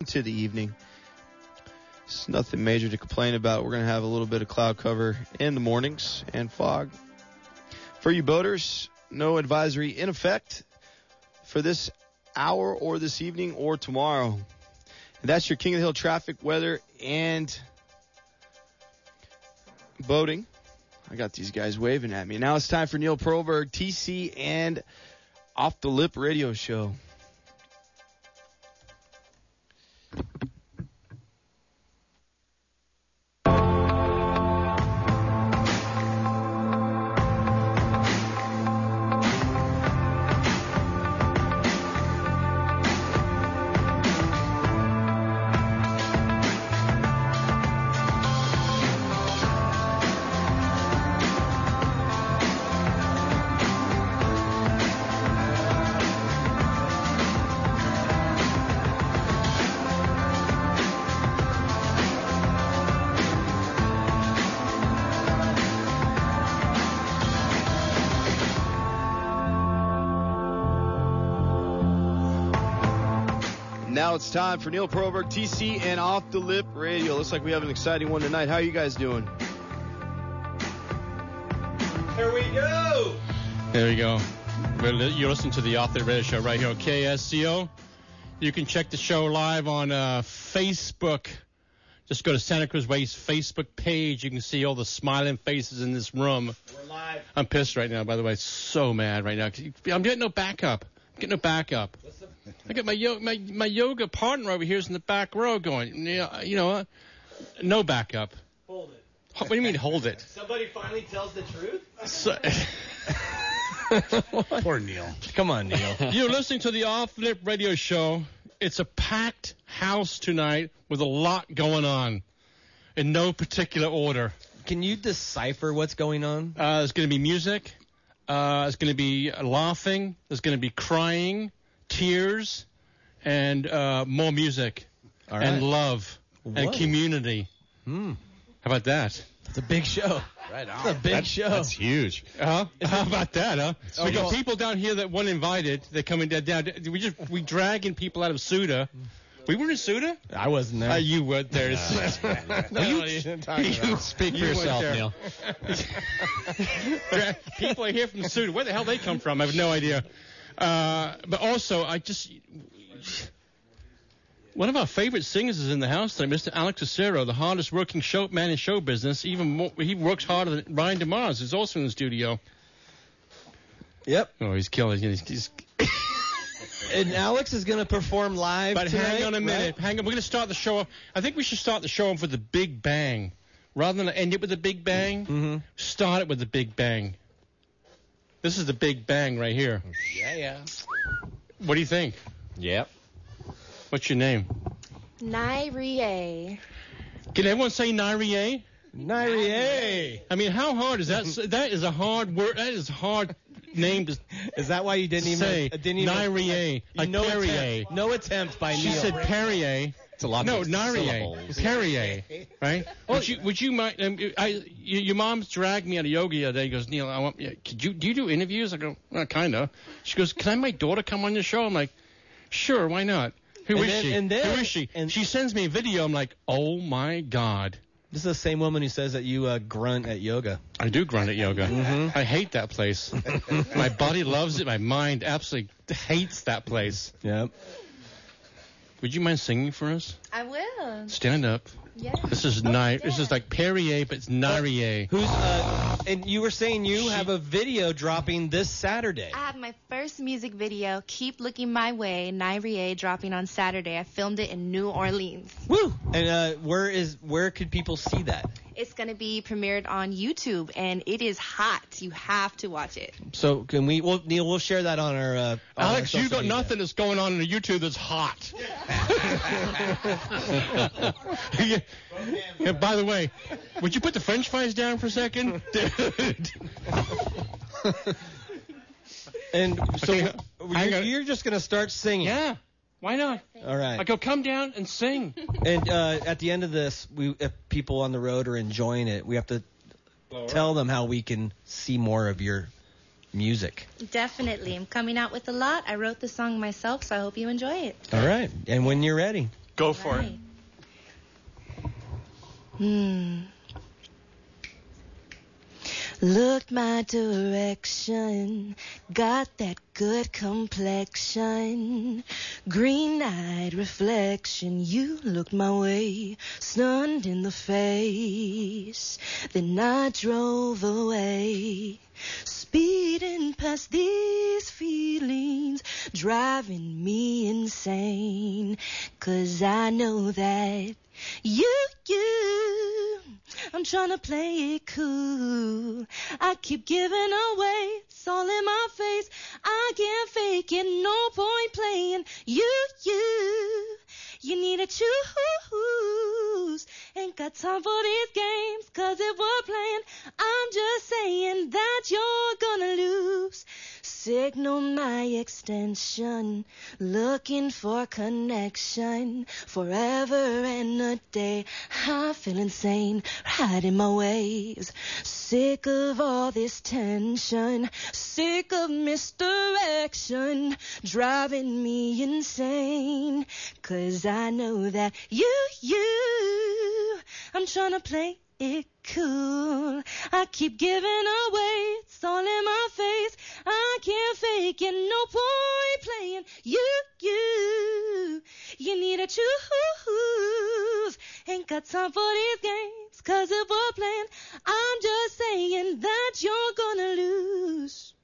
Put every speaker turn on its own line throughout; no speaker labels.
into the evening. It's nothing major to complain about. We're going to have a little bit of cloud cover in the mornings and fog. For you boaters, no advisory in effect for this hour or this evening or tomorrow. And that's your King of the Hill traffic, weather, and boating. I got these guys waving at me. Now it's time for Neil Perlberg, TC, and Off the Lip Radio Show. Now it's time for Neil Proberg, TC, and Off the Lip Radio. Looks like we have an exciting one tonight. How are you guys doing?
Here we go.
There you go. Well, li- You listen to the Off the Radio Show right here on KSCO. You can check the show live on uh, Facebook. Just go to Santa Cruz Way's Facebook page. You can see all the smiling faces in this room.
We're live.
I'm pissed right now, by the way. So mad right now. 'cause I'm getting no backup. I'm getting no backup.
What's up?
I got my, yo- my my yoga partner over here is in the back row going, "Yeah, you know, uh, no backup.
Hold it.
Ho- What do you mean hold it?
Somebody finally tells the truth.
So-
Poor Neil.
Come on, Neil. You're listening to the Off Lip Radio Show. It's a packed house tonight with a lot going on in no particular order.
Can you decipher what's going on?
Uh, there's going to be music. Uh, there's going to be laughing. There's going to be crying, tears, and uh, more music
All
and love
Whoa. Hmm.
and community. How about that?
It's a big show.
Right on.
It's a big show.
That's huge.
Huh? How about that, huh? Uh-huh. we got
well-
people down here that weren't invited. They're coming down. down we just we dragging people out of Suda. We were in Suda.
I wasn't there.
Uh, you weren't there.
no,
you-
you didn't talk about.
speak for
yourself, Neil.
people are here from Suda. Where the hell they come from? I have no idea. Uh, but also, I just one of our favorite singers is in the house today, Mr. Alex Acero, the hardest working show man in show business. Even more, he works harder than Ryan DeMars, who's also in the studio.
Yep.
Oh, he's killing. He's, he's,
And Alex is going to perform live
But
tonight.
hang on a
right?
minute. Hang on. We're going to start the show off. I think we should start the show off with the Big Bang. Rather than end it with the Big Bang,
Mm-hmm.
start it with the Big Bang. This is the Big Bang right here.
Yeah, yeah.
What do you think?
Yep.
What's your name?
Nairie.
Can everyone say Nairie?
Nairie.
I mean, how hard is that? that is a hard word. That is a hard name to
Is that why you didn't even
say.
uh, didn't even
Nairie. Like
no
Perrier.
attempt, no attempt by
She
Neil.
said Perrier.
It's a lot
No,
of
Narier.
syllables.
Perrier. Right?
Oh,
Would you, would you mind? Um, I, y- your mom dragged me out of yoga the other day. and goes, Neil, I want. Yeah, could you do you do interviews? I go, well, kind of. She goes, can I have my daughter come on your show? I'm like, sure, why not? Who
And
is
then-
she?
and then-
Who is she?
and-
she sends me a video. I'm like, oh my god.
This is the same woman who says that you uh, grunt at yoga.
I do grunt at yoga.
Mm-hmm.
I hate that place. my body loves it. My mind absolutely hates that place.
Yep.
Would you mind singing for us?
I will.
Stand up.
Yeah.
This is oh, This is like Perrier, but it's Narier.
Who's uh, and you were saying you have a video dropping this Saturday.
I have my first music video, Keep Looking My Way, Nairie, dropping on Saturday. I filmed it in New Orleans.
Woo! And uh, where is where could people see that?
It's going to be premiered on YouTube, and it is hot. You have to watch it.
So can we? Well, Neil, we'll share that on our. Uh, on our
Alex, you
social
got
media.
nothing that's going on in the YouTube that's hot. Yeah. And by the way, would you put the French fries down for a second? Dude.
And so
Okay, hang
you're,
on.
you're just gonna start singing.
yeah. Why not?
All right.
I go come down and sing.
And uh, at the end of this, we if people on the road are enjoying it, we have to tell them how we can see more of your music.
Definitely. I'm coming out with a lot. I wrote the song myself, so I hope you enjoy it.
All right. And when you're ready.
Go for it.
Right. Hmm. Looked my direction, got that good complexion, green eyed reflection. You looked my way, stunned in the face. Then I drove away, speeding past these feelings, driving me insane. Cause I know that you, you. I'm trying to play it cool. I keep giving away. It's all in my face. I can't fake it. No point playing. You, you. You need to choose. Ain't got time for these games. Cause if we're playing, I'm just saying that you're gonna lose. Signal my extension, looking for connection forever and a day. I feel insane, riding my waves. Sick of all this tension, sick of misdirection, driving me insane. Cause I know that you, you, I'm trying to play it cool. I keep giving away. It's all in my face. I can't fake it. No point playing. You, you, you need to choose. Ain't got time for these games. Cause if we're playing, I'm just saying that you're gonna lose.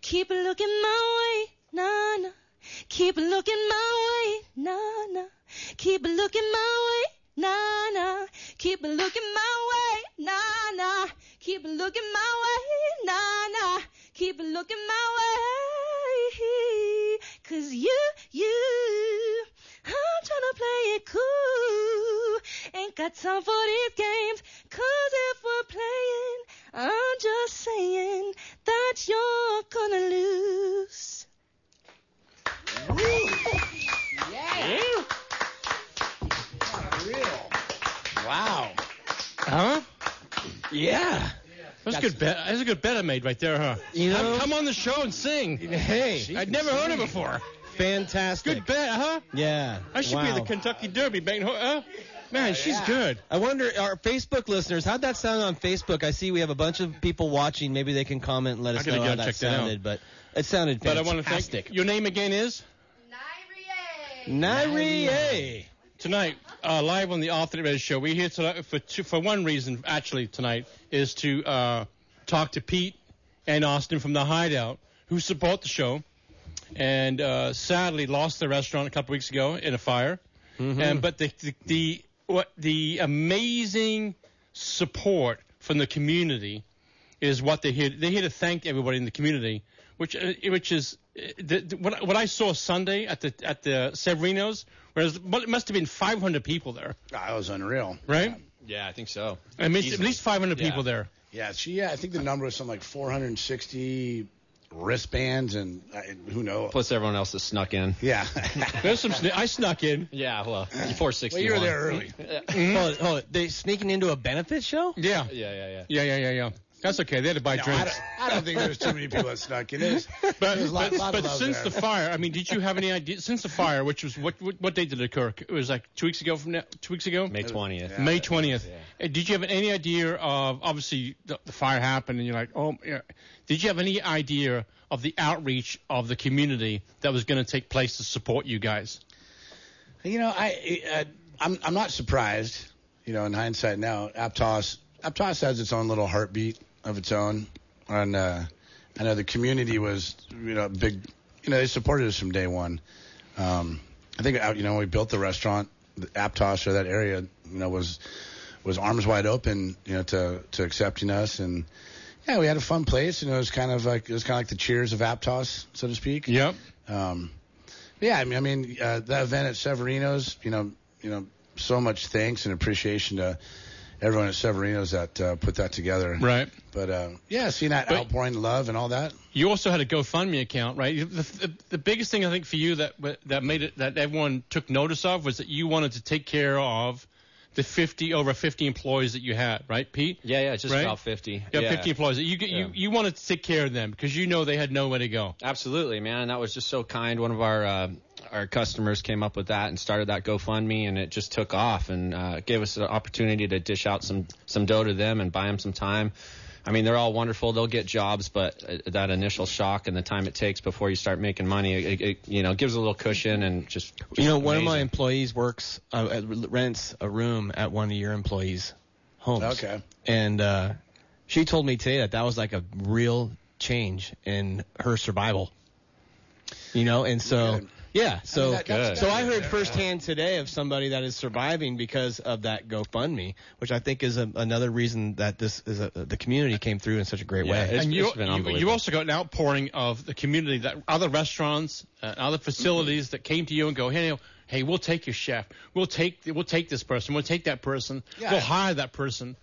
Keep looking my way. Nah, nah. Keep looking my way, nah, nah. Keep looking my way, nah, nah. Keep looking my way, nah, nah. Keep looking my way, nah, nah. Keep looking my way. Cause you, you, I'm tryna play it cool. Ain't got time for these games. Cause if we're playing, I'm just saying that you're gonna lose.
Wow. Huh?
Yeah.
That's, a good bet. That's a good bet I made right there, huh?
You know-
come on the show and sing.
Hey.
I'd never heard it before.
Fantastic.
Good bet, huh?
Yeah.
I should be
Wow.
the Kentucky Derby man. Huh? Man, she's good.
I wonder, our Facebook listeners, how'd that sound on Facebook? I see we have a bunch of people watching. Maybe they can comment and let us
I gotta
know
go
how
check
that
that out.
sounded. But it sounded
But I
fantastic.
want to thank your name again is
Nairie.
tonight uh, live on the Author Red Show. We're here tonight for two, for one reason actually tonight is to uh, talk to Pete and Austin from the Hideout who support the show and uh, sadly lost their restaurant a couple weeks ago in a fire. And but the, the the what the amazing support from the community is what they here. They're here to thank everybody in the community, which uh, which is uh, the, the, what, what I saw Sunday at the at the Severino's, where it, was, well, it must have been 500 people there,
That was unreal.
right?
Yeah, I think so.
I mean, at
Easily.
least 500 people
Yeah.
there.
Yeah, she. Yeah, I think the number was something like 460 wristbands, and uh, who knows?
Plus everyone else that snuck in.
Yeah.
There's some. sn- I snuck in.
Yeah, well, before 61.
well, you were there early.
Hold it, hold it. They sneaking into a benefit show?
Mm-hmm. Yeah.
Yeah, yeah, yeah.
Yeah, yeah, yeah, yeah. That's okay. They had to buy
No, I,
drinks.
don't, I don't think there's too many people that snuck in. There's,
But,
there's a lot,
but,
lot
but
of love
since
there.
the fire, I mean, did you have any idea? Since the fire, which was what what, what day did it occur? It was like two weeks ago from now. Two weeks ago.
May 20th.
Yeah.
May 20th. Uh, Did you have any idea of obviously the, the fire happened and you're like, oh, yeah. did you have any idea of the outreach of the community that was going to take place to support you guys?
You know, I, I I'm I'm not surprised. You know, in hindsight now, Aptos Aptos has its own little heartbeat of its own, and uh, I know the community was you know big. You know, they supported us from day one. Um, I think uh, you know when we built the restaurant, the Aptos or that area, you know, was was arms wide open, you know, to to accepting us and. Yeah, we had a fun place, and it was kind of like it was kind of like the cheers of Aptos, so to speak.
Yep.
Um, yeah, I mean, I mean uh, that event at Severino's, you know, you know, so much thanks and appreciation to everyone at Severino's that uh, put that together.
Right.
But uh, yeah, seeing that
But-
outpouring of love and all that.
You also had a GoFundMe account, right? The, the, the biggest thing I think for you that that made it that everyone took notice of was that you wanted to take care of the 50 over 50 employees that you had, right, Pete?
Yeah, yeah, just
Right?
about 50.
Yeah, 50 employees. You,
Yeah.
you you wanted to take care of them because you know they had nowhere to go.
Absolutely, man. That was just so kind. One of our uh, our customers came up with that and started that GoFundMe, and it just took off and uh, gave us an opportunity to dish out some some dough to them and buy them some time. I mean, they're all wonderful. They'll get jobs, but uh, that initial shock and the time it takes before you start making money, it, it you know gives a little cushion and just,
You know, one of my
amazing.
employees works uh, at, rents a room at one of your employees' homes.
Okay.
And uh, she told me today that that was like a real change in her survival. You know, and so
Good.
yeah, so
that- that's-
so
that's
I heard
fair.
firsthand today of somebody that is surviving because of that GoFundMe, which I think is a, another reason that this is a, the community came through in such a great
Yeah,
way.
it's-
and you,
been
you, you
unbelievable.
also got an outpouring of the community that other restaurants, uh, other facilities that came to you and go, hey, hey, we'll take your chef, we'll take we'll take this person, we'll take that person, we'll hire that person,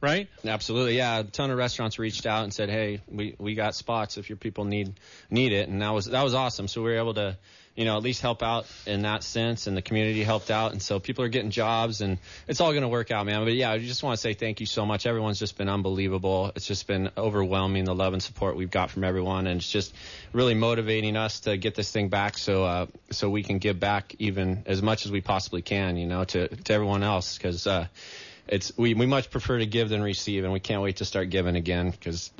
right?
Absolutely, yeah. A ton of restaurants reached out and said, "Hey, we, we got spots if your people need need it," and that was that was awesome. So we were able to, you know, at least help out in that sense, and the community helped out, and so people are getting jobs, and it's all going to work out, man. But yeah, I just want to say thank you so much. Everyone's just been unbelievable. It's just been overwhelming the love and support we've got from everyone, and it's just really motivating us to get this thing back, so uh, so we can give back even as much as we possibly can, you know, to to everyone else, because. Uh, it's we, we much prefer to give than receive, and we can't wait to start giving again because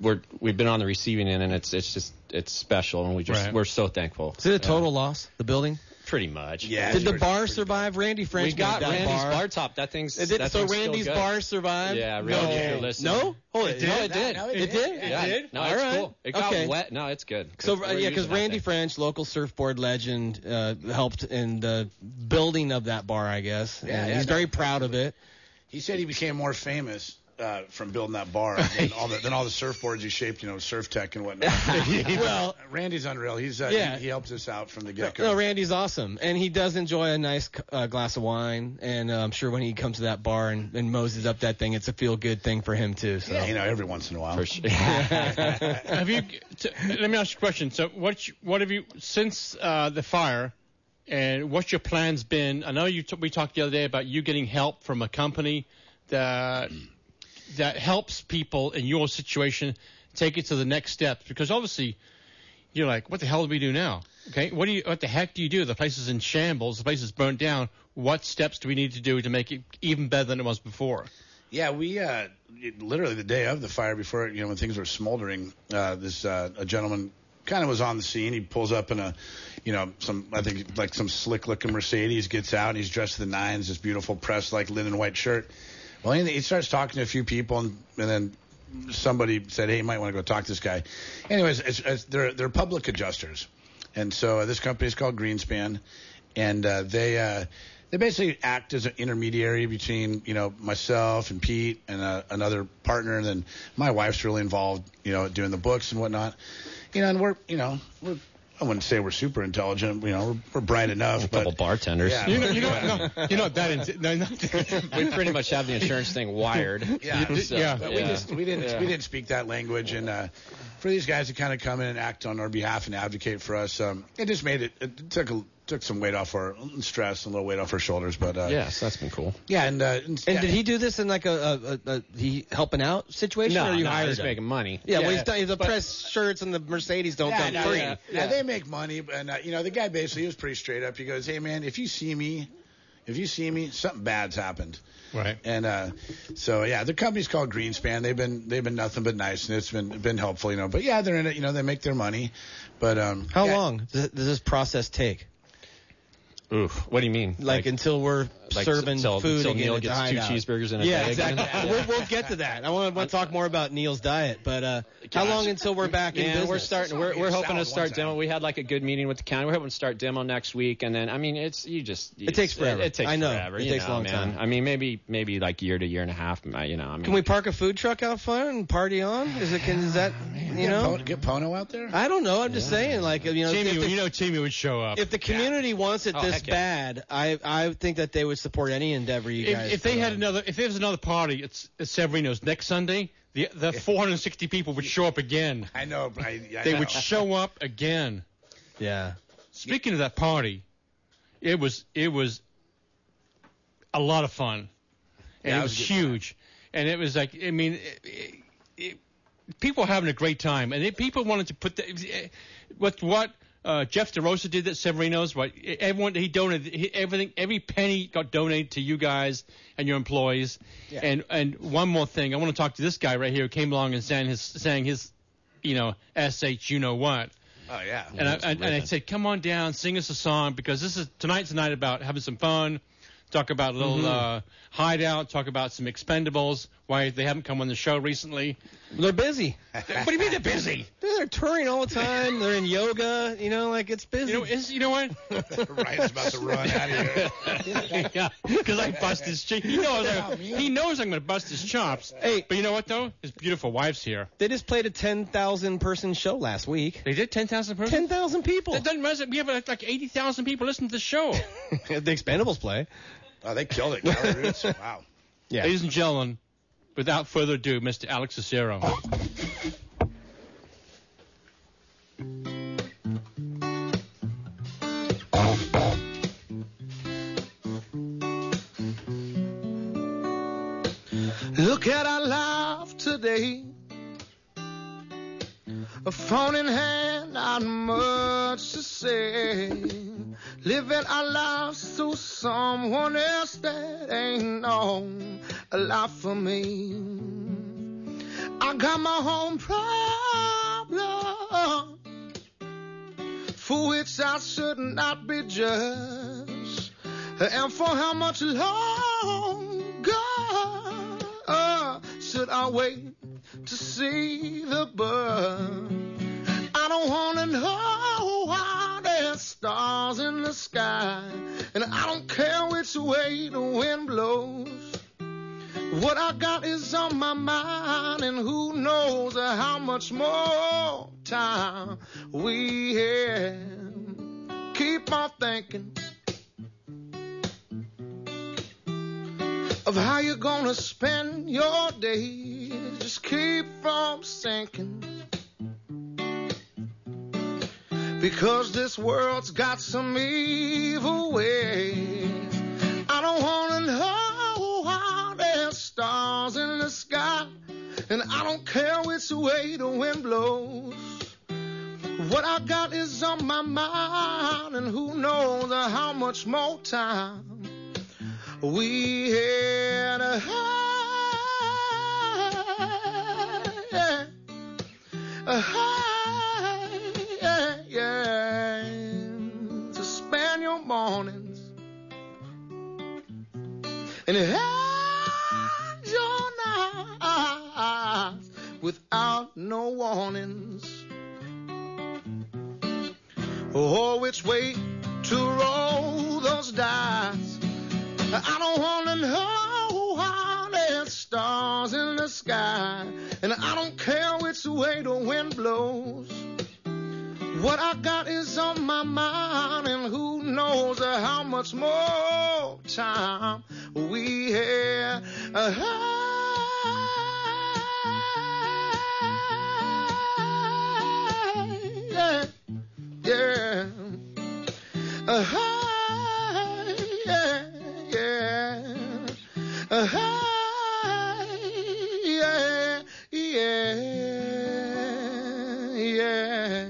we're we've been on the receiving end, and it's it's just it's special, and we just
Right.
we're so thankful.
Is it a total loss? The building?
Pretty much.
Yeah.
Did the
sure.
bar survive? Randy French
We got
made that
Randy's bar.
bar.
top. That thing's
Is it-
that
so
thing's still
Randy's
good.
bar survived?
Yeah, Randy,
no.
if you're listening.
No? Oh, it did.
No, it did.
No,
it,
it
It did.
Yeah.
It did.
No,
All
it's
right.
cool. It got
okay.
wet. No, it's good.
So
We're
uh, yeah, because
using that
Randy
thing.
French, local surfboard legend, uh, helped in the building of that bar, I guess.
Yeah,
and
yeah,
he's
no,
very proud of it.
He said he became more famous uh, from building that bar than all the than all the surfboards he shaped, you know, Surf Tech and whatnot.
well,
Randy's unreal. He's uh,
Yeah.
he, he helps us out from the get go.
no, Randy's awesome, and he does enjoy a nice uh, glass of wine. And uh, I'm sure when he comes to that bar and, and moses up that thing, it's a feel good thing for him too. So.
you know, every once in a while.
For sure.
have you? T- let me ask you a question. So, what you, what have you since uh, the fire? And what's your plans been? I know you t- we talked the other day about you getting help from a company that that helps people in your situation take it to the next steps because obviously you're like, what the hell do we do now? Okay, what do you what the heck do you do? The place is in shambles. The place is burnt down. What steps do we need to do to make it even better than it was before?
Yeah, we uh, it- literally the day of the fire, before you know when things were smoldering, uh, this uh, a gentleman kind of was on the scene. He pulls up in a, you know, some I think like some slick looking Mercedes gets out. and He's dressed to the nines, this beautiful pressed like linen white shirt. Well, he, he starts talking to a few people, and, and then somebody said, "Hey, you might want to go talk to this guy." Anyways, it's, it's, they're they're public adjusters, and so uh, this company is called Greenspan, and uh, they uh, they basically act as an intermediary between you know myself and Pete and uh, another partner, and then my wife's really involved, you know, doing the books and whatnot, you know, and we're you know we're. I wouldn't say we're super intelligent, you know, we're, we're bright enough,
a couple
but
bartenders.
Yeah.
You know, you know, no, you're not that. Into, no, not
we pretty much have the insurance thing wired.
Yeah,
So,
yeah.
But we just we didn't we didn't speak that language, and uh, for these guys to kind of come in and act on our behalf and advocate for us, um, it just made it, it took a, took some weight off our stress and a little weight off our shoulders. But uh,
Yes, that's been cool.
yeah, and, uh, and,
And
yeah,
did he do this in like a, a, a, a he helping out situation, or you hired
just
him?
making money.
Yeah, well,
Yeah.
he's done, the press shirts and the Mercedes don't
Yeah,
come
no,
free.
yeah. Yeah, they make money, and uh, you know the guy basically was pretty straight up. He goes, "Hey man, if you see me, if you see me, something bad's happened."
Right.
And uh, so yeah, the company's called Greenspan. They've been they've been nothing but nice, and it's been been helpful, you know. But yeah, they're in it, you know. They make their money, but um,
How
yeah,
long does does this process take?
Oof. What do you mean?
Like, until we're serving
till-
food
till
again
Neil
at the
gets two
hideout.
cheeseburgers and a
yeah,
bag.
exactly. we'll, we'll get to that. I want to talk more about Neil's diet, but uh, how
Gosh.
long until we're back in
Yeah,
business?
we're starting.
That's
We're,
not
we're
really a
hoping to
salad
start
one
demo.
time.
We had like a good meeting with the county. We're hoping to start demo next week, and then I mean, it's you just. you-
takes forever.
It, takes
I know.
forever.
It
you
takes a
know,
long
man.
time.
I mean, maybe maybe like year to year and a half. You know, I mean.
Can we park a food truck out front and party on? Is it can is that you
Get,
know?
Pono, get Pono out there.
I don't know. I'm just saying, like you know,
Timmy,
if the,
you know Timmy would show up.
if the community wants it
Oh,
this
heck yeah.
bad, I I think that they would support any endeavor you guys.
if, if they
put
um,
had
on.
another, if there was another party at, S- at Severino's next Sunday, the the 460 people would show up again.
I know. but I, I
They
know.
would show up again.
yeah.
Speaking of that party, it was it was a lot of fun, and
Yeah,
it
it
was,
was a good
huge, and it was like I mean, it, it, it, people were having a great time, and it, people wanted to put the, what what Uh, Jeff DeRosa did that. Severino's right. Everyone he donated he, everything. Every penny got donated to you guys and your employees. And and one more thing, I want to talk to this guy right here who came along and sang his sang his, you know, sh you know what.
Oh yeah.
And I, and, and I said, come on down, sing us a song because this is tonight's a night about having some fun, talk about a
Mm-hmm.
little uh, hideout, talk about some expendables. Why they haven't come on the show recently?
They're busy.
what do you mean they're busy?
They're they're touring all the time. They're in yoga. You know, like it's busy.
You know, it's, you know what?
Ryan's about to run out of here.
yeah, because I bust his cheek. He knows, I, he knows I'm going to bust his chops.
Hey.
but you know what though? His beautiful wife's here.
they just played a 10,000 person show last week.
They did 10,000 persons.
10,000 people.
That doesn't matter. We have like, like 80,000 people listening to the show.
the Expendables play.
Oh, they killed it. Cali Roots. Wow.
Yeah.
Ladies and gentlemen, without further ado, Mr. Alex Cicero.
Look at our life today. A phone in hand, not much to say. Living our lives to someone else that ain't known a lot for me. I got my own problem, for which I should not be judged. And for how much longer Ah, should I wait to see the bird? I don't wanna know why there's stars in the sky, and I don't care which way the wind blows. What I got is on my mind, and who knows how much more time we have. Keep on thinking. of how you're gonna spend your days. Just keep from sinking. Because this world's got some evil ways. I don't wanna know why there's stars in the sky. And I don't care which way the wind blows. What I got is on my mind, and who knows how much more time we had a high, a high, yeah, yeah, to spend your mornings and end your nights without no warnings. Oh, which way to roll those dice? I don't wanna know why there's stars in the sky, and I don't care which way the wind blows. What I got is on my mind, and who knows how much more time we have. Uh-huh. Yeah, yeah. Uh-huh, yeah, yeah. Uh-huh, yeah, yeah, yeah.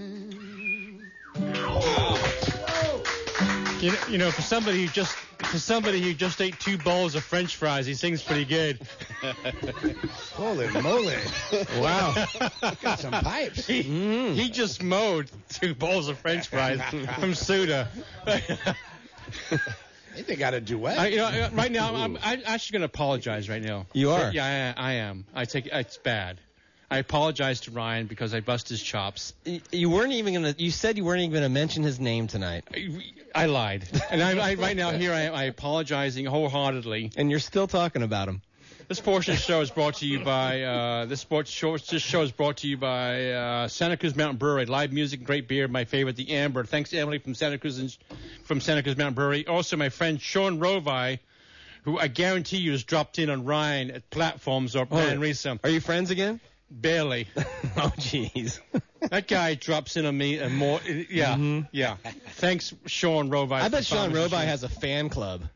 You know, you know, for somebody who just for somebody who just ate two bowls of French fries, he sings pretty good.
Holy moly.
Wow.
Got some pipes. Mm.
he, he just mowed two bowls of French fries from Suda.
I think they got a duet.
I, Uh, you know, right now, I'm, I'm actually going to apologize right now.
You are?
Yeah, I, I am. I take it's bad. I apologize to Ryan because I bust his chops.
You- You weren't even gonna. You said you weren't even gonna mention his name tonight,
I, I lied, and I, I right now here I am. I apologizing wholeheartedly.
and you're still talking about him.
This portion of the show is brought to you by uh, this sports show. This show is brought to you by uh, Santa Cruz Mountain Brewery. Live music, great beer. My favorite, the Amber. Thanks, to Emily from Santa Cruz and from Santa Cruz Mountain Brewery. Also, my friend Sean Rovi, who I guarantee you has dropped in on Ryan at platforms or Pan Risa.
Oh, Are you friends again?
Barely.
Oh, jeez.
that guy drops in on me and more. Yeah,
Mm-hmm.
yeah. Thanks, Sean Rovi.
I bet Sean Roby has a fan club.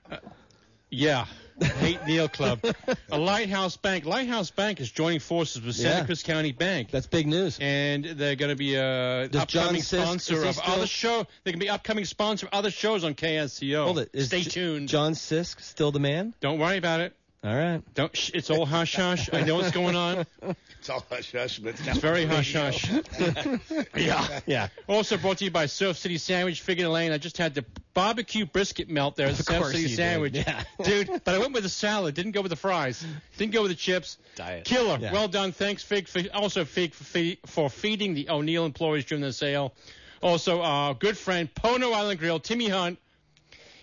Yeah. Hate Neil Club. a Lighthouse Bank. Lighthouse Bank is joining forces with Santa
Yeah.
Cruz County Bank.
That's big news.
and they're going to be a
Does John
upcoming
Sisk- is
sponsor
he
of
still-
other show. They can be upcoming sponsor of other shows on KSCO.
Hold it. Is
Stay
J-
tuned.
John Sisk still the man?
Don't worry about it.
All right.
Don't. Shh, it's all hush hush. I know what's going on.
It's all hush hush, but it's
It's very hush hush. yeah.
Yeah.
Also brought to you by Surf City Sandwich, Figure Lane. I just had the barbecue brisket melt there at
Of
Surf
course
City
you did.
Sandwich.
Yeah.
Dude, but I went with the salad. Didn't go with the fries. Didn't go with the chips.
Diet.
Killer.
Yeah.
Well done. Thanks, Fig. For, also, Fig for, fe- for feeding the O'Neill employees during the sale. Also, our good friend, Pono Island Grill, Timmy Hunt.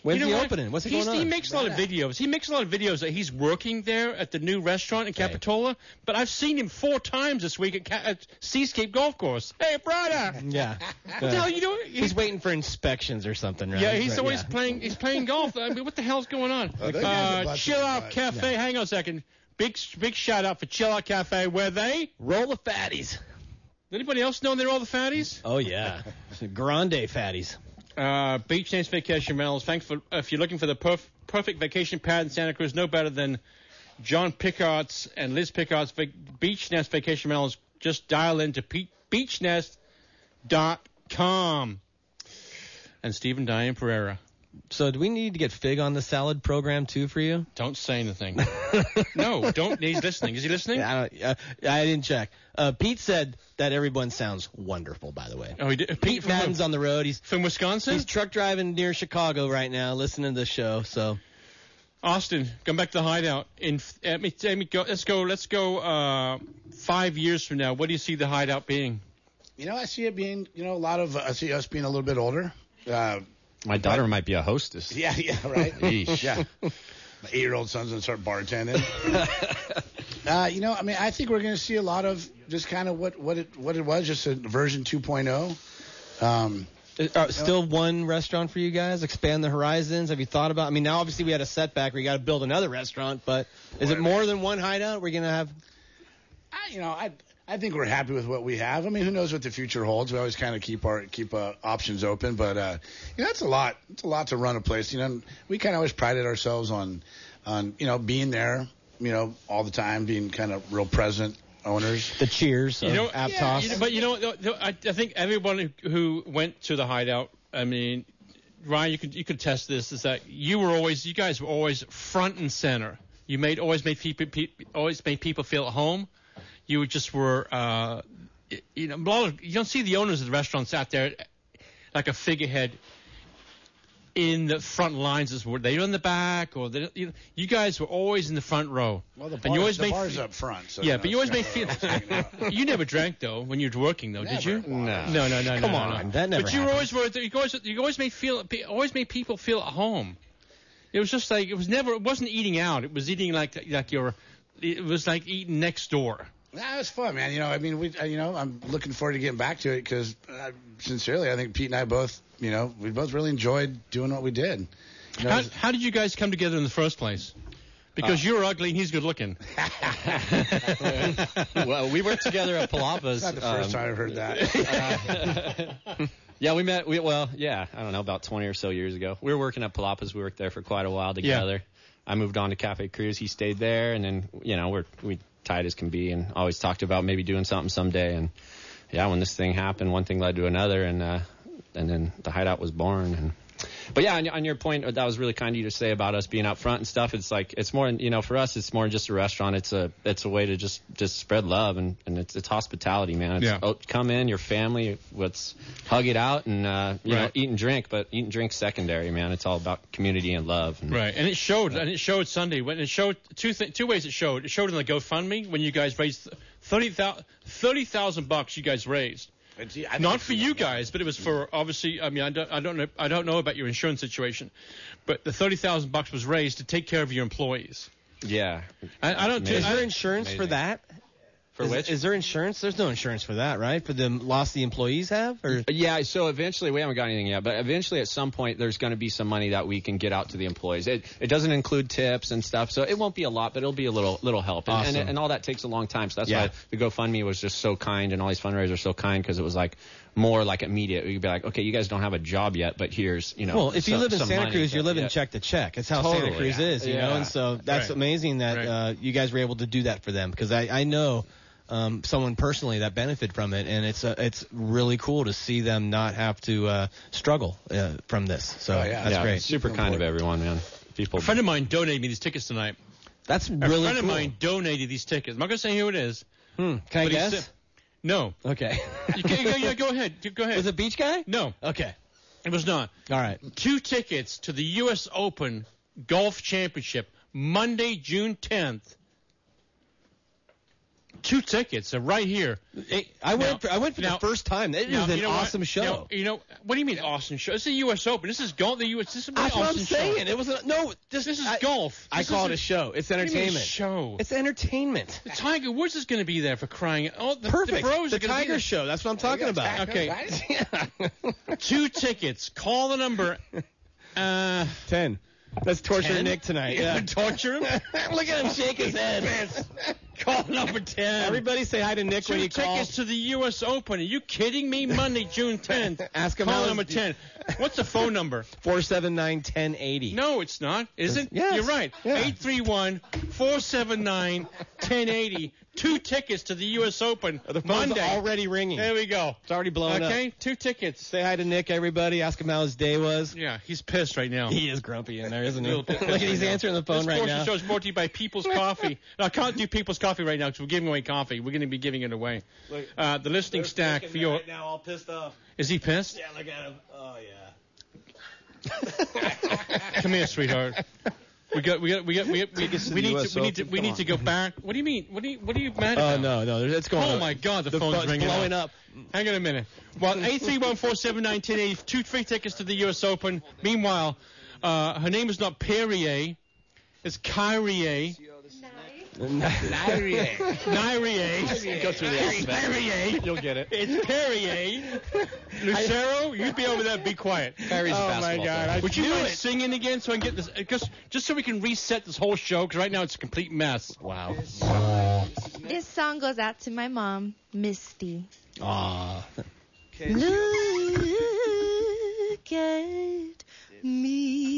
When's
You know
the
what?
opening? What's it
He's-
going on?
He makes a lot of videos. He makes a lot of videos that he's working there at the new restaurant in Capitola. But I've seen him four times this week at, Ca- at Seascape Golf Course. Hey, brother!
yeah.
What the
Uh,
hell you doing?
he's waiting for inspections or something, right?
yeah, he's
Right,
always
yeah.
playing. He's playing golf. I mean, what the hell's going on?
Oh, they got the
Uh,
bus
Chill
in the
Out
back.
Cafe. Hang on a second. Big big shout out for Chill Out Cafe. Where they?
Roll of fatties.
Anybody else know they're all the fatties?
Oh yeah, grande fatties.
Uh, Beach Nights Vacation Rentals. Thanks for if you're looking for the perf- perfect vacation pad in Santa Cruz, no better than John Pickart's and Liz Pickart's vac- Beach Nest Vacation Rentals. Just dial into pe- beachnest.com. And Stephen Diane Pereira.
So do we need to get Fig on the salad program too for you?
Don't say anything. no, don't. He's listening. Is he listening?
I don't. Uh, I didn't check. Uh, Pete said that everyone sounds wonderful. By the way,
Oh, he did. Pete,
Pete
from,
Madden's on the road. He's
from Wisconsin.
he's truck driving near Chicago right now, listening to the show. So
Austin, come back to the hideout. In let me, let me go. Let's go. Let's go. Uh, five years from now, what do you see the hideout being?
You know, I see it being, you know, a lot of, I see us being a little bit older. Uh,
My daughter might be a hostess.
yeah, yeah, right.
Yeesh.
Yeah. My eight year old son's going to start bartending. uh, you know, I mean, I think we're going to see a lot of just kind of what, what, it, what it was, just a version 2.0. Um,
uh, still one restaurant for you guys. Expand the horizons. Have you thought about? I mean, now obviously we had a setback. We got to build another restaurant, but is it more than one hideout? We're gonna have.
I, you know, I I think we're happy with what we have. I mean, who knows what the future holds? We always kind of keep our keep uh, options open, but uh, you know, it's a lot. It's a lot to run a place. You know, and we kind of always prided ourselves on on you know being there, you know, all the time, being kind of real present owners.
The cheers.
You know,
Aptos.
you know, but you know, th- th- I, I think everyone who- who went to the hideout. I mean, Ryan, you could you could test this. Is that you were always, you guys were always front and center. You made always made people pe- always made people feel at home. You just were, uh, y- you know, a lot of, you don't see the owners of the restaurants out there like a figurehead in the front lines. Is where they're in the back, or they, you, know, you guys were always in the front row.
Well, the
and you
bars,
always
the
made
bars
fe-
up front. So,
Yeah,
know,
but you always made
it's
feel.
kinda what I was hanging out.
you never drank though when you were working though, did you?
Never. No.
No, no, no,
Come
no,
on,
no.
that never
But you were
happened.
always were you always you always made feel pe- always made people feel at home. It was just like it was never it wasn't eating out. It was eating like like your it was like eating next door.
Nah, it was fun, man. You know, I mean, we, uh, you know, I'm looking forward to getting back to it because, uh, sincerely, I think Pete and I both, you know, we both really enjoyed doing what we did. You know, it
How,
was-
how did you guys come together in the first place? Because
Ah.
you're ugly and he's good looking.
well, we worked together at Palava's.
not the first
um, Uh,
time I've heard that.
Yeah, we met. We, well, yeah, I don't know, about 20 or so years ago. We were working at Palapas. We worked there for quite a while together. I moved on to Cafe Cruz. He stayed there, and then you know we're we tied as can be, and always talked about maybe doing something someday. And yeah, when this thing happened, one thing led to another, and uh, and then the hideout was born. And but yeah, on, on your point, that was really kind of you to say about us being out front and stuff. It's like it's more, you know, for us, it's more than just a restaurant. It's a it's a way to just just spread love and and it's it's hospitality, man. It's,
Yeah.
oh, come in, your family, let's hug it out and uh, you know
Right.
eat and drink, but eat and drink secondary, man. It's all about community and love. And,
Right, and it showed, and it showed Sunday. When it showed two th- two ways, it showed. It showed in the GoFundMe when you guys raised thirty thousand bucks. You guys raised. Not for you guys, but it was for obviously. I mean, I don't, I don't know, I don't know about your insurance situation, but the thirty thousand bucks was raised to take care of your employees.
Yeah.
I, I don't.
Amazing.
is
I-
there insurance for
Amazing.
that?
For
is,
which?
Is there insurance? There's no insurance for that, right? For the loss the employees have, or
Yeah, so eventually we haven't got anything yet, but eventually at some point there's going to be some money that we can get out to the employees. It it doesn't include tips and stuff, so it won't be a lot, but it'll be a little little help. And and,
Awesome.
and all that takes a long time, so that's
Yeah.
why the GoFundMe was just so kind and all these fundraisers are so kind because it was like more like immediate. You'd be like, okay, you guys don't have a job yet, but here's you know.
Well, if you
some-
live in
some
Santa
money
Cruz,
that-
you're living
yeah.
check to check. It's how
Totally.
Santa Cruz
Yeah.
is, you know.
Yeah.
And so that's
Right.
amazing that
Right.
uh, you guys were able to do that for them because I, I know um, someone personally that benefited from it, and it's uh, it's really cool to see them not have to uh, struggle uh, from this. So
Oh, yeah.
that's
yeah,
great.
Super kind of everyone, man. People.
A friend of mine donated me these tickets tonight.
That's
A
really
friend
cool.
of mine donated these tickets. I'm not gonna say who it is.
Hmm. Can I
But he
guess?
said- No.
okay.
You can- yeah, yeah, go ahead. Go ahead.
Was it Beach Guy?
No,
Okay.
it was not.
All right.
two tickets to the U.S. Open Golf Championship Monday, June 10th. Two tickets are right here.
It- I went.
Now-
for, I went for
now-
the first time. It is
Now,
an
you know what?
awesome show.
Now, you know what do you mean awesome show? This is the U.S. Open. This is golf. The U.S. This is my
that's what I'm
awesome show.
saying. It was a, no. This,
This is
I,
golf.
I
This
call it
isn't-
a show. It's
What do you mean
entertainment.
show.
It's entertainment.
Tiger Woods is going to be there for crying. Oh, the,
Perfect.
The pros are going to be
Tiger
there.
Show. That's what I'm talking about.
Okay, two tickets. Call the number. Uh,
Ten. Let's torture
10?
Nick tonight. Yeah.
torture him.
Look at him shake his head.
Call number ten.
Everybody say hi to Nick
Two
when you
tickets
call.
to the U.S. Open. Are you kidding me? Monday, June 10th.
Ask him how
Call
his-
number 10. What's the phone number?
Four seven nine ten eighty.
No, it's not. Is it?
Yes.
You're right.
Yeah.
831 479 1080. Two tickets to the U.S. Open.
The phone's
Monday.
already ringing.
There
It's
we go.
already blowing up.
Okay, two tickets.
Say hi to Nick, everybody. Ask him how his day was.
Yeah, he's pissed right now.
He is grumpy in there, isn't he?
Little
Look
bit.
at he's answering the phone
this
right
portion
now.
show is brought to you by People's Coffee. No, I can't do People's Coffee right now because we're giving away coffee. We're going to be giving it away.
Look,
Uh, the listening
they're
stack
fucking
for your.
Right now, all pissed off.
Is he pissed?
Yeah, look at him. Oh yeah.
Come here, sweetheart. We got, we got, we got, we, we,
to
we
the
need
US
to, we need to,
Open,
we
come
need
on.
to go back. What do you mean? What do you, what are you mad
Oh
about?
no, no, there's- it's going.
Oh
on.
my God, the,
the
phone's
phone's
ringing
blowing up.
Hang on a minute. Well, eight three one four seven nine ten eighty two free tickets to the U.S. Open. Meanwhile, uh, her name is not Perrier. It's Kyrie. Kyrie. Go through the Perrier. You'll get it. It's Perrier. Lucero, you be over there. Be quiet. Oh
Kyrie's a basketball player.
Would you mind singing again so I can get this? Because just so we can reset this whole show, because right now it's a complete mess.
Wow.
This song goes out to my mom, Misty.
Aw.
啊
Look at me.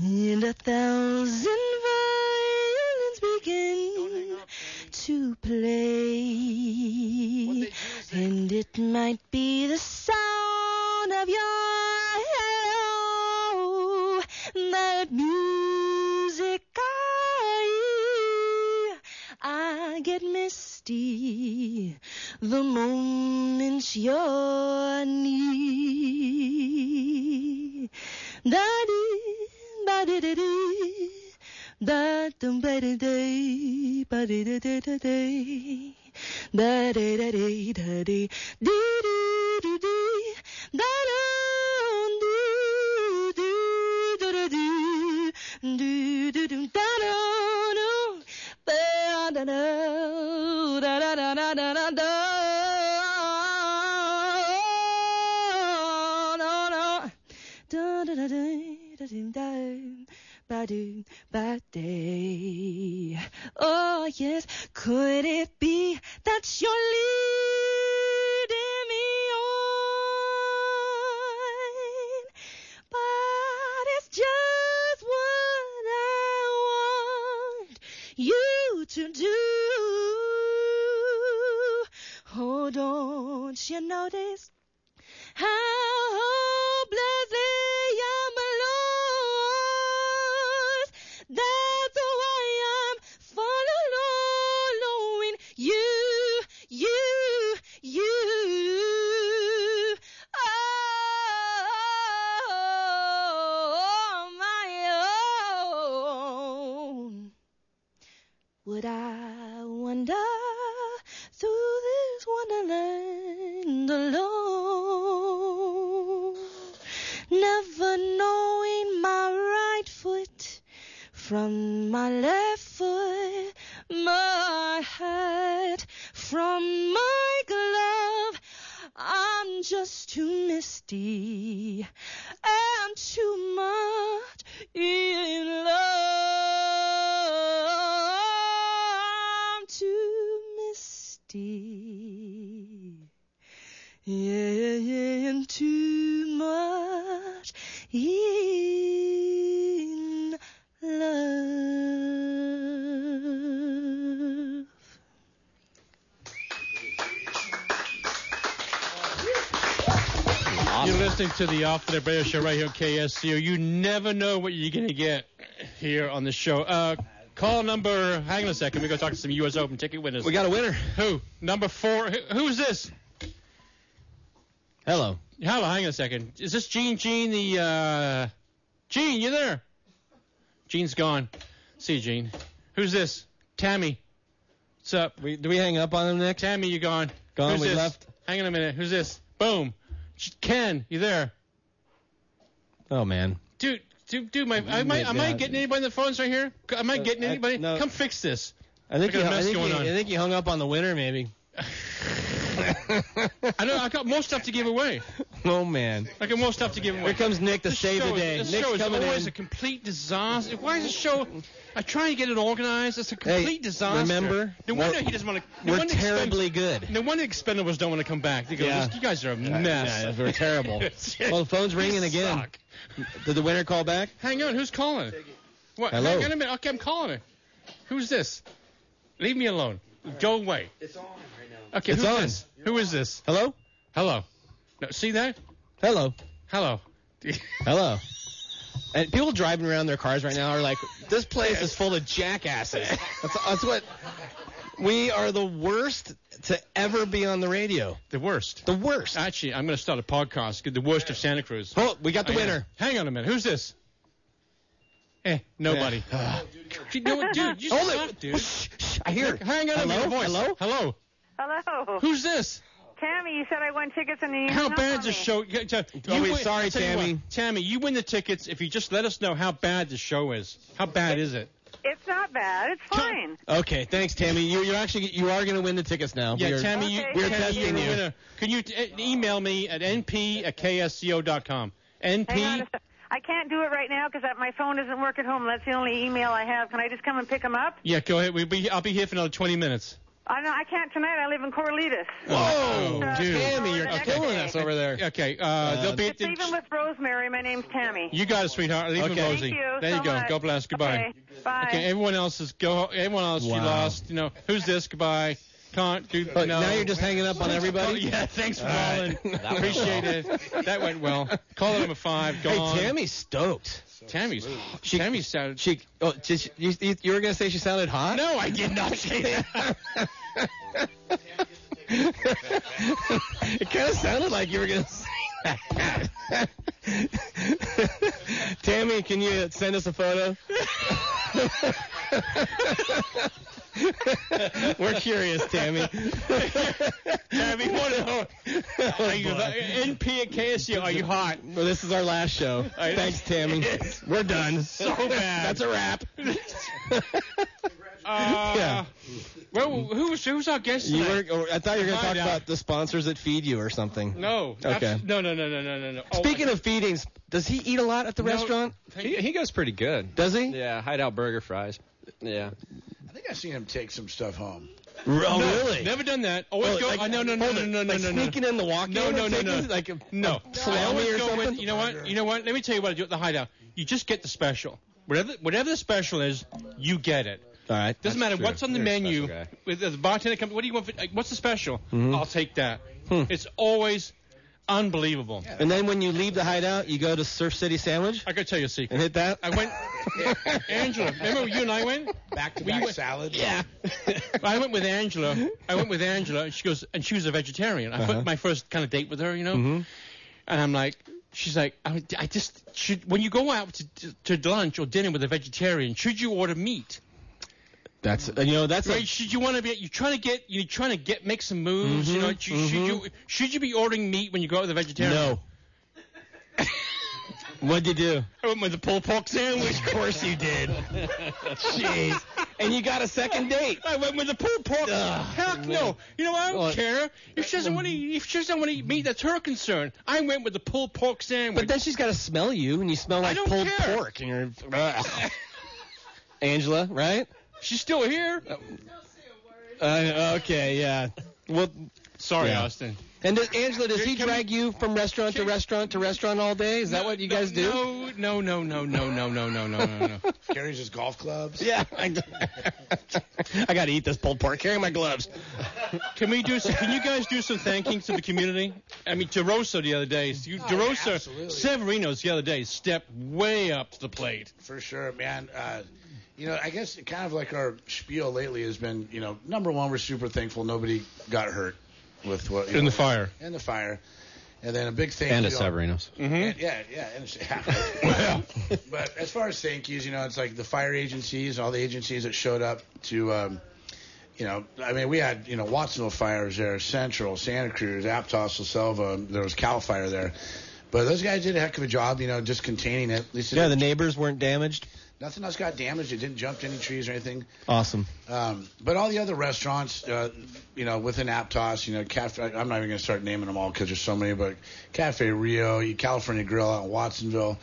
And a thousand violins begin to play. And it might be the sound of your hello that music I I get misty the moment you're near. Daddy, da di di di, da dum ba di di, ba di di di di di, da di da di da di, di di di di, da dum di di da da di, do do do da da do, ba da da da da da da da da da da. Da da da da da dum da ba do ba day. Oh yes, could it be that you're leading me on? But it's just what I want you to do. Oh, don't you notice? How hopelessly I'm lost. That's why I'm following you, you, you. Oh, my own. Would I wonder? never knowing my right foot from my left foot, my hat from my glove. I'm just too misty and too much in love. I'm too misty. Yeah, and too much in love.
You're listening to the Off the Radio Show right here on KSCO. You never know what you're going to get here on the show. Uh, call number, hang on a second. We're going to talk to some U.S. Open ticket winners.
We got a winner.
Who? Number four. Who, who's this?
Hello.
Hello, hang on a second. Is this Gene? Gene, the. Uh, Gene, you there? Gene's gone. See you, Gene. Who's this? Tammy. What's up?
We, do we hang up on him, Nick?
Tammy, you gone.
Gone,
Who's
we
this?
left.
Hang on a minute. Who's this? Boom. Sh- Ken, you there?
Oh, man.
Dude, dude, dude, my, am I, am I getting anybody on the phones right here? Am I getting
I-
anybody?
Uh, no.
Come fix this.
I think,
Look
he,
at
I,
the mess
think
going
he,
on.
I think he hung up on the winner, maybe.
I know I got more stuff to give away.
oh, man.
I got more stuff to give away.
Here comes Nick to
This
save
show
the
is-
day.
This
Nick's
show is
coming
always
in.
a complete disaster. Why is the show? I try and get it organized. It's a complete disaster.
remember,
No wonder
we're-
he doesn't want to. No
We're
wonder Expen-
terribly good.
No wonder Expendables don't want to come back. They go,
Yeah.
"This- you guys are a mess.
yeah, we're terrible. Well, the phone's
You
ringing again.
suck.
Did the winner call back?
Hang on, who's calling? What?
Hello?
Hang on a minute. Okay, I'm calling her. Who's this? Leave me alone. Go away.
It's on right now.
Okay,
It's
who's
on.
this? Who is this?
Hello?
Hello. No, see that?
Hello.
Hello.
Hello. And people driving around their cars right now are like, this place is full of jackasses. That's, that's what. We are the worst to ever be on the radio.
the worst.
The worst.
Actually, I'm going to start a podcast. The worst of Santa Cruz.
Oh, we got the
Hang on.
winner.
Hang on a minute. Who's this? Eh, nobody.
Yeah.
You know what, dude? You
Hold
suck,
it.
dude.
Shh, shh, I hear. it.
Hang on a
Hello?
minute. Voice.
Hello?
Hello.
Hello.
Who's this?
Tammy, you said I won tickets in the evening.
How bad's the show? You,
Oh, wait,
win-
sorry,
I'll tell you
Tammy.
what, Tammy, you win the tickets if you just let us know how bad the show is. How bad is it?
It's not bad. It's fine.
Okay, thanks, Tammy. You, you're actually you are going to win the tickets now.
Yeah,
We are-
Tammy, you,
Okay,
we're
Tammy,
testing
you're a
you.
winner. Can you t- email me at np at ksco.com?
Hang on a
np
sec. I can't do it right now because my phone doesn't work at home. That's the only email I have. Can I just come and pick them up?
Yeah, go ahead. We'll be, I'll be here for another 20 minutes.
I know I can't tonight. I live in Corlitis.
Whoa,
Uh,
Oh, dude.
Oh, Tammy, you're
Okay.
killing us over there.
Okay, uh, they'll be
It's
at
even
the,
with Rosemary. My name's Tammy.
You got it, sweetheart. Leave
Okay.
it,
Thank
Rosie.
you.
there
so
you go.
Much.
God bless. Goodbye.
Okay. Bye.
Okay, everyone else is go. Everyone else, you
Wow.
lost. You know, who's this? Goodbye. Can't do.
But
no.
now you're just hanging up on
Oh,
everybody.
yeah, thanks for
right.
calling.
That went
Appreciate
well.
it. That went well. Caller number five,
Hey,
gone.
Tammy's stoked.
Tammy's.
She-
Tammy sounded.
She, oh, did she, you, you- you were gonna say she sounded hot?
no, I did not say that.
it kind of sounded like you were gonna say that. Tammy, can you send us a photo? we're curious, Tammy.
Tammy, what? Are you NP at KSU? Are you hot?
Oh, Well, this is our last show.
I-
Thanks, Tammy. We're done.
So bad.
That's a wrap.
Uh,
Yeah.
Well, who was who's our guest
You
tonight?
were, or I thought you were going to
Find
talk
out.
about the sponsors that feed you or something.
No.
Okay.
abs- No, no, no, no, no, no, no. Oh,
Speaking of feedings, does he eat a lot at the restaurant?
He, he goes pretty good.
Does he?
Yeah, hideout burger fries. Yeah.
I think I've seen him take some stuff home.
R- Oh,
no,
really?
Never done that. Always
Oh,
go.
like-
I no, no, no,
hold
no,
it,
no, no,
like
no, no.
sneaking in the walk-in
No,
and
no, no,
taking,
no.
like a
No.
salami
I always
or
go
something.
with. You know what? You know what? Let me tell you what I do at the hideout. You just get the special. Whatever, whatever the special is, you get it.
All right.
Doesn't matter
true.
what's on the
You're a special
menu.
guy.
With the bartender comes, what do you want? For, like, what's the special? I'll take that.
Mm-hmm. Hmm.
It's always unbelievable.
And then when you leave the hideout, you go to Surf City Sandwich
I gotta tell you a secret.
and hit that.
I went, Angela. Remember you and I went?
Back to
We
back
went-
salad.
yeah.
I went with Angela. I went with Angela, and she goes, and she was a vegetarian. I put my first kind of date with her, you know. And I'm like, she's like, I, I just should. When you go out to, to lunch or dinner with a vegetarian, should you order meat?
That's uh, you know that's
Right?
a,
Should you want to be? You're trying to get. You're trying to get make some moves.
Mm-hmm,
You know, should, should you should you be ordering meat when you go out with a vegetarian?
no.
What'd you do? I went with the pulled pork sandwich.
Of course you did. Jeez. And you got a second date.
I went with the pulled pork. Heck no. You know I don't
Well,
care. If she doesn't want to, if she doesn't want to eat meat, that's her concern. I went with the pulled pork sandwich.
But then she's got to smell you, and you smell like
don't
pulled
care.
pork. And you're, Ugh. Angela, right?
she's still here.
Uh, okay, yeah. Well,
Sorry,
Yeah.
Austin.
and does, Angela, does he
Can we-
drag you from restaurant to
Can-
restaurant to restaurant all day? Is that what you
No,
guys do?
No, no, no, no, no, no, no, no, no, no.
Carries his golf clubs.
Yeah. I, I got to eat this pulled pork. Carry my gloves.
Can we do? Some, can you guys do some thanking to the community? I mean, DeRosa the other day, you, DeRosa
Oh, absolutely.
Severino's the other day stepped way up to the plate.
For sure, man. Uh, you know, I guess kind of like our spiel lately has been, you know, number one, we're super thankful nobody got hurt with what you know,
fire.
in the fire, and then a big thank
And
you
a Severino's.
Mm-hmm.
Yeah, yeah, yeah. And it's- but as far as thank yous, you know, it's like the fire agencies, all the agencies that showed up to, um, you know, I mean, we had, you know, Watsonville fires there, Central, Santa Cruz, Aptos, La Selva. There was Cal Fire there. But those guys did a heck of a job, you know, just containing it. At least it-
Yeah, the neighbors weren't damaged.
nothing else got damaged. It didn't jump to any trees or anything.
Awesome.
Um, but all the other restaurants, uh, you know, within Aptos, you know, Cafe, I'm not even going to start naming them all because there's so many, but Cafe Rio, California Grill out in Watsonville.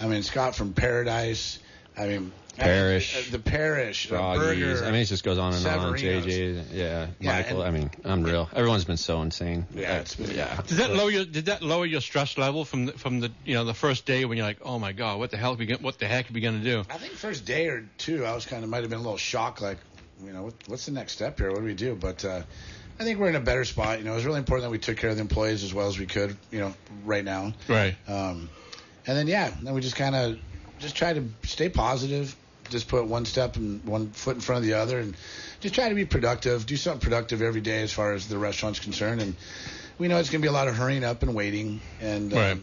I mean, Scott from Paradise. I mean,
Parish.
I mean, the Parish. uh,
Froggies.
Burger.
I mean, it just goes on and on.
Severino's.
JJ, yeah,
Yeah,
Michael.
and-
I mean, unreal. Everyone's been so insane.
yeah, it's been, yeah.
Did that lower your Did that lower your stress level from the, from the you know the first day when you're like, oh my god, what the hell? Are we gonna, what the heck are we gonna do?
I think first day or two, I was kind of might have been a little shocked, like, you know, what, what's the next step here? What do we do? But uh, I think we're in a better spot. You know, it was really important that we took care of the employees as well as we could, you know, right now.
Right.
Um, and then yeah, then we just kind of just try to stay positive, just put one step and one foot in front of the other, and just try to be productive, do something productive every day as far as the restaurant's concerned. And we know it's going to be a lot of hurrying up and waiting, and um,
Right.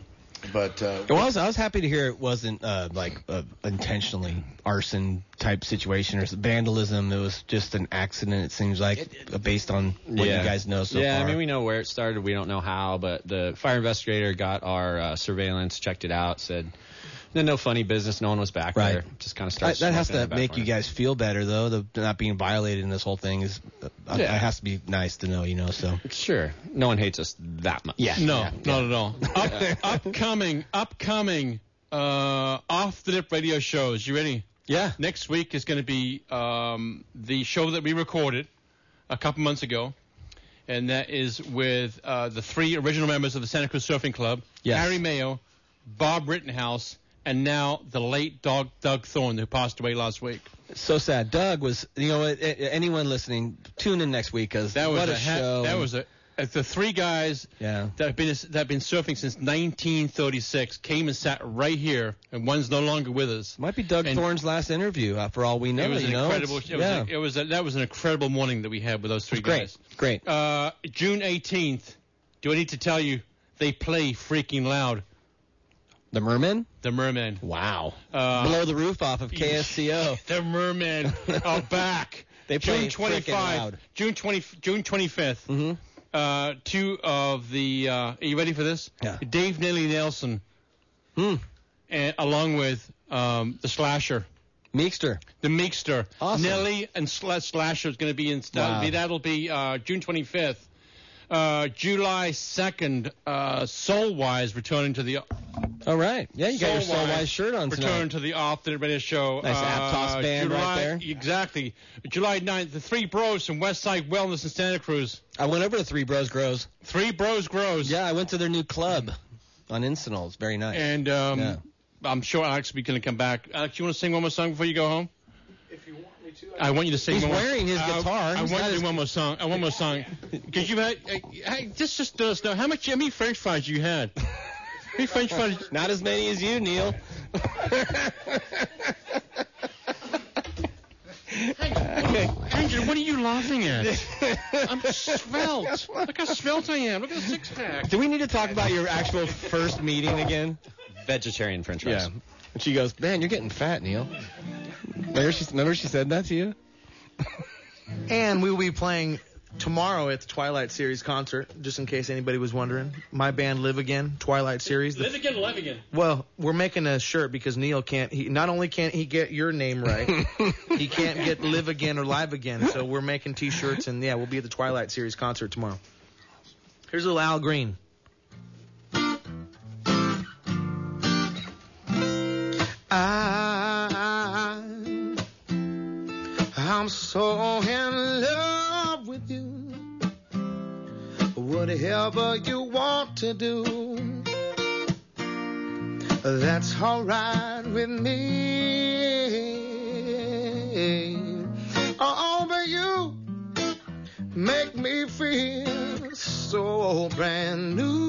but uh,
Well, I was, I was happy to hear it wasn't uh, like uh, intentionally arson type situation or vandalism. It was just an accident. It seems like uh, based on what
Yeah.
you guys know so
yeah,
far.
I mean, we know where it started. We don't know how, but the fire investigator got our uh, surveillance, checked it out, said "No- no funny business. No one was back
Right.
there. Just kind of
I,
started.
that has
smoking in the
to
back
make you
corner.
guys feel better though. The not being violated in this whole thing is uh, uh,
Yeah.
it has to be nice to know, you know. So
Sure. No one hates us that much.
Yeah.
No, not at all. Up, upcoming, upcoming, uh, off the dip radio shows. You ready?
yeah,
Next week is going to be um, the show that we recorded a couple months ago, and that is with uh, the three original members of the Santa Cruz Surfing Club:
Yes.
Harry Mayo, Bob Rittenhouse, and now the late dog Doug Thorne, who passed away last week.
so sad. Doug was, you know, what, a- a- anyone listening, tune in next week because
That was
what a,
ha-
show.
That was a. it's The three guys
yeah.
that have been that have been surfing since 1936 came and sat right here, and one's no longer with us.
Might be Doug
And-
Thorne's last interview, uh, for all we know.
It was
you
an
know?
incredible.
It's-
It was,
yeah.
a, it was a, that was an incredible morning that we had with those three guys.
great, great.
Uh, June 18th. Do I need to tell you? They play freaking loud.
The Merman.
The Merman.
Wow.
Uh,
Blow the roof off of KSCO.
The Merman are back.
They play
June
freaking
25.
loud.
June 20. June 25th.
Mhm.
Uh, two of the. Uh, are you ready for this?
Yeah.
Dave Nelly Nelson,
Hmm.
and along with um, the Slasher.
Meekster.
The Meekster,
Awesome.
Nelly and Sl- Slasher is going to be in. That'll
Wow.
be, that'll be uh, June 25th. Uh, July 2nd, uh, Soulwise returning to the
All right. Yeah, you got your Soul Wise shirt on
Return
tonight.
to the off the radio show. uh,
Nice Aptos band right
July-
there.
Exactly. July 9th, the Three Bros from Westside Wellness in Santa Cruz.
I went over to Three Bros Grows.
Three Bros Grows.
Yeah, I went to their new club on Encinal. It's very nice.
And um,
Yeah.
I'm sure Alex will be going to come back. Alex, you want to sing one more song before you go home? If you want me to, I want you to sing
He's
one more.
wearing his
I-
guitar.
I,
He's
want
got
you to
his-
do one more song. I want more song. Cause you had, uh, hey, just just let us know how much, how many French fries you had. How many French fries?
Not as many as you, Neil.
Angela, what are you laughing at? I'm svelte. Look how svelte I am. Look at the six pack.
Do we need to talk about your actual first meeting again?
Vegetarian French fries.
And she goes, Man, you're getting fat, Neil. Remember she, remember she said that to you?
And we will be playing
tomorrow at the Twilight Series concert, just in case anybody was wondering, my band Live Again, Twilight Series. The-
Live again, live again.
well, we're making a shirt because Neil can't. He not only can't he get your name right, he can't get live again or live again. So we're making T-shirts, and yeah, we'll be at the Twilight Series concert tomorrow. Here's a little Al Green.
I, I'm so in love with you. Whatever you want to do, that's alright with me. Oh, but you make me feel so brand new.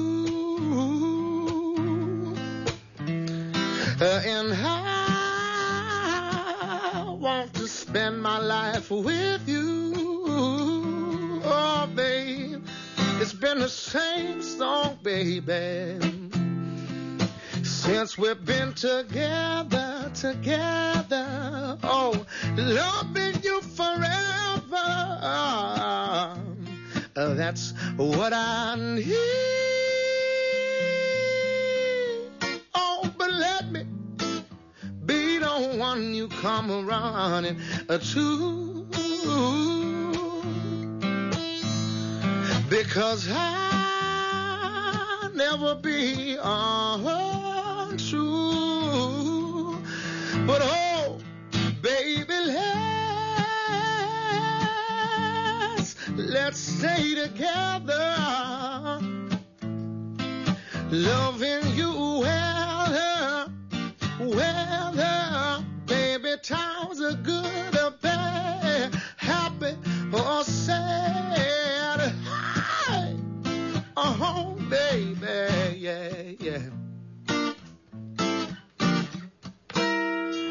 Uh, and I want to spend my life with you. Oh, babe, it's been the same song, baby, since we've been together, together. Oh, loving you forever. Uh, that's what I need. Oh, but let me be the one you come running to. Because I'll never be untrue. But oh, baby, let's, let's stay together loving you well, well, baby, times are good or bad, happy or sad. Hi, oh, baby, yeah, yeah.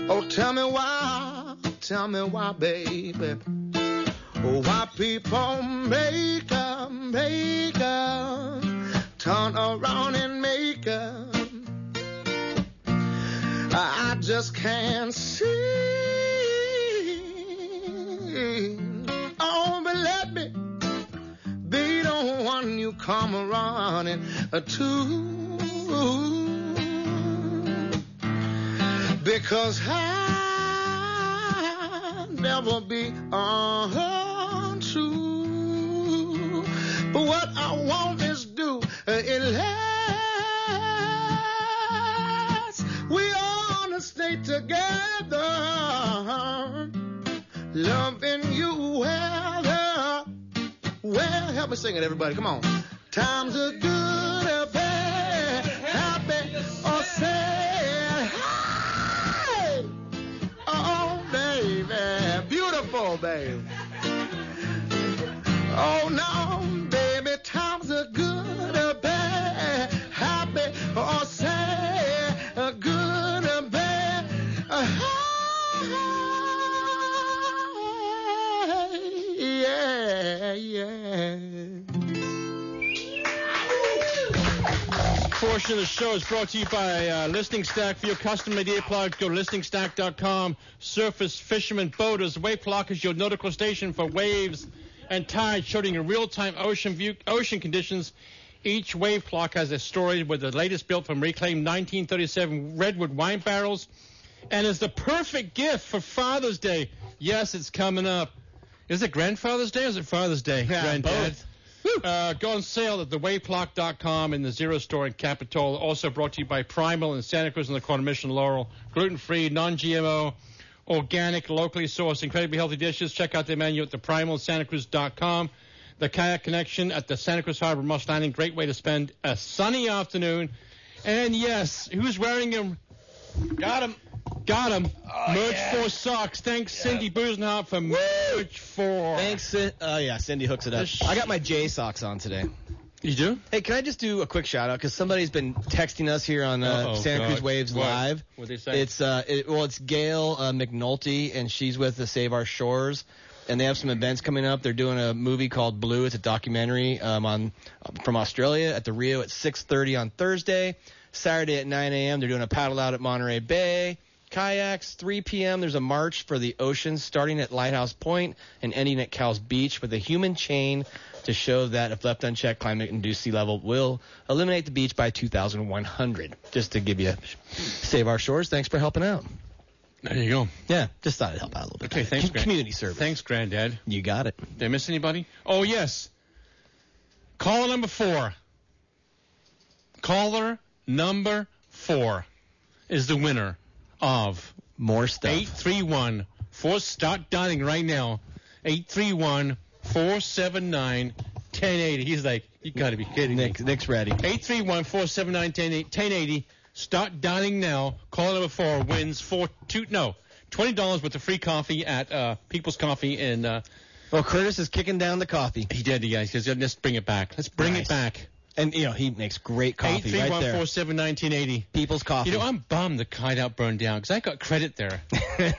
Oh, tell me why, tell me why, baby. Oh, why people make up, make up turn around and make up. I just can't see. Oh, but let me be the one you come running to. Because I'll never be untrue. But what I want is do uh, it lasts. We all to stay together, loving you well. Well, help me sing it, everybody. Come on. Times are good or bad, happy or sad. Hey! Oh, baby, beautiful, baby. Oh no, baby, times are good or bad, happy or sad, uh, good or bad. Ah, Uh, yeah, yeah.
portion of the show is brought to you by uh, Listening Stack. For your custom idea plugs, go to listeningstack.com. Surface, fishermen, boaters, wave clock is your nautical station for waves and tides, showing you real-time ocean view, ocean conditions. Each wave clock has a story with the latest built from reclaimed 1937 redwood wine barrels, and is the perfect gift for Father's Day. Yes, it's coming up. Is it Grandfather's Day or is it Father's Day? Granddad. Uh, go on sale at thewayclock.com in the Zero Store in Capitol. Also brought to you by Primal in Santa Cruz and the Corner Mission Laurel. Gluten free, non GMO, organic, locally sourced, incredibly healthy dishes. Check out their menu at theprimalsantacruz.com. The Kayak Connection at the Santa Cruz Harbor Must Landing. Great way to spend a sunny afternoon. And yes, who's wearing them? Got him. Got him. merch for socks. Thanks, Cindy Busenhart, for merch for.
Thanks. Cin- Oh yeah, Cindy hooks it up. I got my J socks on today.
You do?
Hey, can I just do a quick shout out because somebody's been texting us here on uh,
Uh-oh,
Santa Cruz
God.
Waves
What?
Live.
What'd they say?
It's uh, it, well, it's Gail uh, McNulty and she's with the Save Our Shores, and they have some events coming up. They're doing a movie called Blue. It's a documentary um, on from Australia at the Rio at 6:30 on Thursday. Saturday at 9 a.m. They're doing a paddle out at Monterey Bay. kayaks, 3 p.m. There's a march for the ocean starting at Lighthouse Point and ending at Cow's Beach with a human chain to show that if left unchecked, climate induced sea level will eliminate the beach by 2100. Just to give you Save Our Shores, thanks for helping out.
There you go.
Yeah, just thought I'd help out a little bit.
Okay, thanks, Gran-
Community service.
Thanks, Granddad.
You got it.
Did I miss anybody? Oh, yes. Caller number four. Caller number four is the winner of
more stuff.
831 4 start dialing right now. 831 479 1080. He's like, you got to be kidding
Nick,
me.
Nick's ready.
831 479 1080. Start dialing now. Call number four wins four, two, no, $20 worth of free coffee at uh, People's Coffee in. Uh,
Well, Curtis is kicking down the coffee.
he did, guys. He said, Let's bring it back. Let's bring
Nice.
it back.
And, you know, he makes great coffee right there.
831-479-1080.
People's coffee.
You know, I'm bummed the hideout burned down because I got credit there.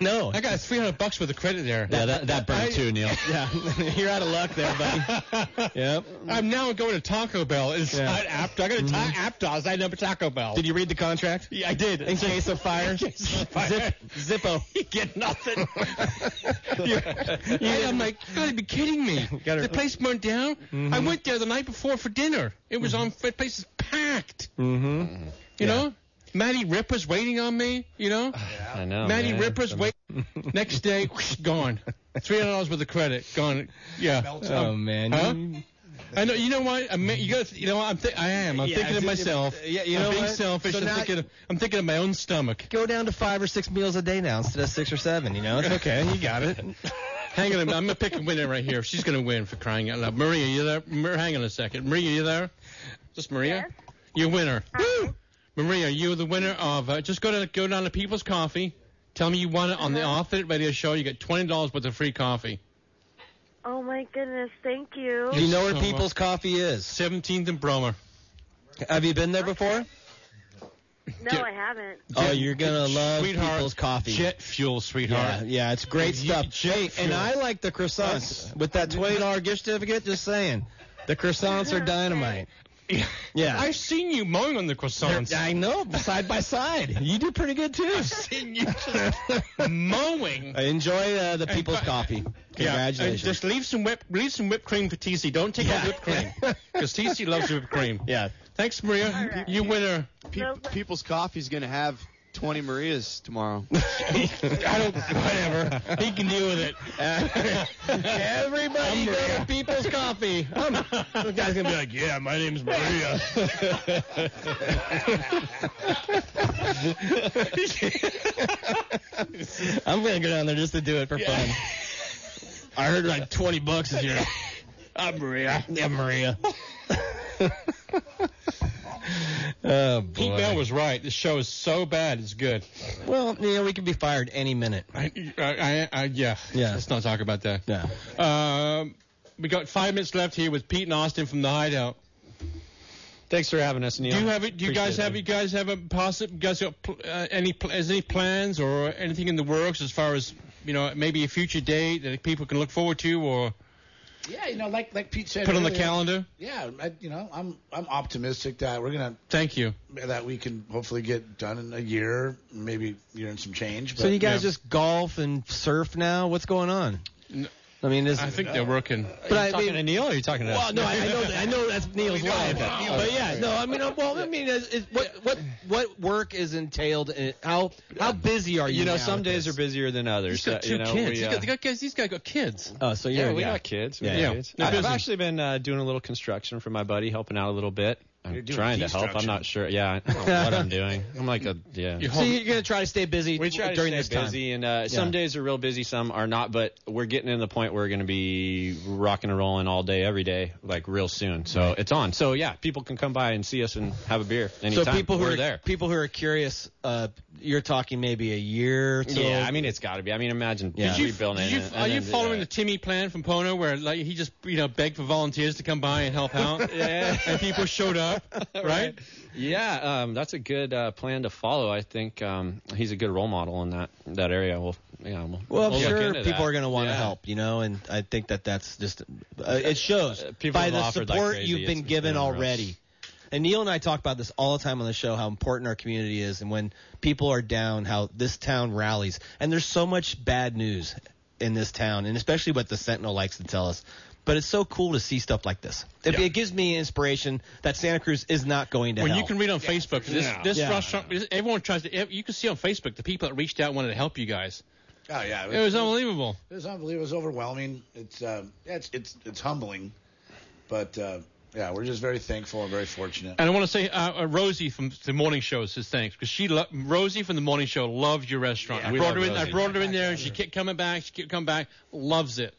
no.
I got 300 bucks worth of credit there.
Yeah, that, that burned
I-
too, Neil.
yeah, you're out of luck there, buddy. yep.
I'm now going to Taco Bell inside Aptos. I got a ta- Aptos. I never Taco Bell.
Mm-hmm. Did you read the contract?
Yeah, I did.
In case of fire,
fire.
Zip, Zippo.
you get nothing. I, am like, you gotta be kidding me.
Gotta- Mm-hmm.
the place burnt down. I went there the night before for dinner. It was on. The place is packed.
Mm-hmm.
You know, Matty Ripper's waiting on me. You know.
I know.
Matty
man.
Ripper's wait. Next day, whoosh, gone. Three hundred dollars worth of credit gone. Yeah.
Oh man.
Huh? I know. You know what? I'm, you got. You know what? I'm. Th- I am. I'm
Yeah,
thinking of
just-
myself.
yeah, you know
I'm being
what?
selfish.
So
I'm
now-
thinking. Of, I'm thinking of my own stomach.
Go down to five or six meals a day now instead of six or seven. You know, it's okay. You got it.
Hang on. a minute. I'm gonna pick a winner right here. She's gonna win for crying out loud. Maria, you there? Mar- hang on a second. Maria, you there? Just Maria.
Yes.
You're winner. Woo! Maria, you're the winner of. Uh, just go to go down to People's Coffee. Tell me you won it on the Off It Radio Show. You get twenty dollars worth of free coffee.
Oh my goodness, thank you.
Do you know where
So, uh,
People's Coffee is?
17th and Bromer.
Have you been there before?
No, I haven't.
Oh, you're gonna love
Sweetheart,
People's Coffee.
Jet fuel,
Yeah,
sweetheart.
yeah, it's great
Yeah,
stuff.
jet
Hey, and
fuel.
I like the croissants with that twenty dollar gift certificate. Just saying, the croissants are dynamite. Yeah.
I've seen you mowing on the croissants.
I know, Oh, side by side. You do pretty good too.
mowing.
I enjoy uh, the people's coffee. Congratulations.
Yeah, uh, just leave some whip, leave some whipped cream for TC. Don't take
Yeah.
all whipped cream because TC loves whipped cream.
yeah.
Thanks, Maria.
right.
You winner.
Pe- People's Coffee's going to have 20 Marias tomorrow.
I don't. Whatever. He can deal with it.
Everybody go to People's Coffee.
the guy's gonna be like, "Yeah, my name's Maria."
I'm gonna go down there just to do it for fun.
I heard like 20 bucks is your. I'm Maria.
Yeah, Maria. oh
Pete
boy.
Bell was right. This show is so bad, it's good.
Well, yeah, we could be fired any minute.
I, I, I, yeah.
Yeah.
Let's not talk about that.
Yeah.
Um, we got five minutes left here with Pete and Austin from the Hideout.
Thanks for having us, Neil.
Do you have it? Do you guys
Appreciate
have
it.
you guys have a possible? You guys got pl- uh, any pl- is any plans or anything in the works as far as you know maybe a future date that people can look forward to or
Yeah, you know, like like Pete said.
put on the
earlier,
calendar?
Yeah, I, you know, I'm I'm optimistic that we're gonna
Thank you.
that we can hopefully get done in a year, maybe a year and some change. But
So you guys
Yeah.
just golf and surf now? What's going on?
N-
I mean, is
I think they're working.
but I
talking
mean,
to Neil or are you talking to
Well, no, I, I know, I know that's Neil's life. But yeah, no, I mean, uh, well, I mean, is, is, what, what, what work is entailed? In, how, how busy are you?
You know,
now
some
with
days
this?
are busier than others.
He's got
Uh,
two
you know,
kids.
we,
He's
uh,
got, they got kids. He's got, got kids.
Oh, so you're
yeah, we
yeah.
got kids. We
Yeah.
got
Yeah.
kids.
They're
I- I've
busy.
actually been uh, doing a little construction for my buddy, helping out a little bit. I'm
You're doing
trying to help. I'm
construction.
not sure. Yeah, I don't know what I'm doing. I'm like a yeah.
You
So
hold-
you're gonna try to stay busy
We try
during
to
this
stay busy, and uh, some days are real busy, some are not. But we're getting in the point where we're going to be rocking and rolling all day, every day, like real soon. So it's on. So yeah, people can come by and see us and have a beer
time.
anytime.
So people who
We're
are
there.
people who are curious, uh, you're talking maybe a year. Till,
yeah, I mean it's got to be. I mean imagine
Yeah. Did you-
rebuilding.
Did you,
it,
are
Uh, and
you
then-
following
yeah.
the Timmy plan from Pono where like he just you know begged for volunteers to come by and help out? yeah. And people showed up, right?
Yeah, um, that's a good uh, plan to follow. I think um, he's a good role model in that that area. We'll, yeah, we'll,
well, I'm
we'll look
sure
into
people
that.
are gonna want to
Yeah.
help, you know, and I think that that's just uh, it shows
Uh, people
by
have
the
offered like
support
crazy.
you've been
It's
given
been real.
already. And Neil and I talk about this all the time on the show how important our community is and when people are down how this town rallies. And there's so much bad news in this town and especially what the Sentinel likes to tell us. But it's so cool to see stuff like this. It, it gives me inspiration that Santa Cruz is not going to
when
hell.
you can read on Facebook, this
Yeah.
this
Yeah.
restaurant, everyone tries to. You can see on Facebook the people that reached out wanted to help you guys.
Oh yeah,
It was unbelievable.
It was unbelievable. It was overwhelming. It's uh, it's it's it's humbling, but uh, yeah, we're just very thankful and very fortunate.
And I want to say uh, uh, Rosie from the morning show says thanks because she lo- Rosie from the morning show loved your restaurant. uh,
Yeah,
I
we
brought her
love
in. I
Rosie.
brought her in there, and she kept coming back. She kept coming back. Loves it.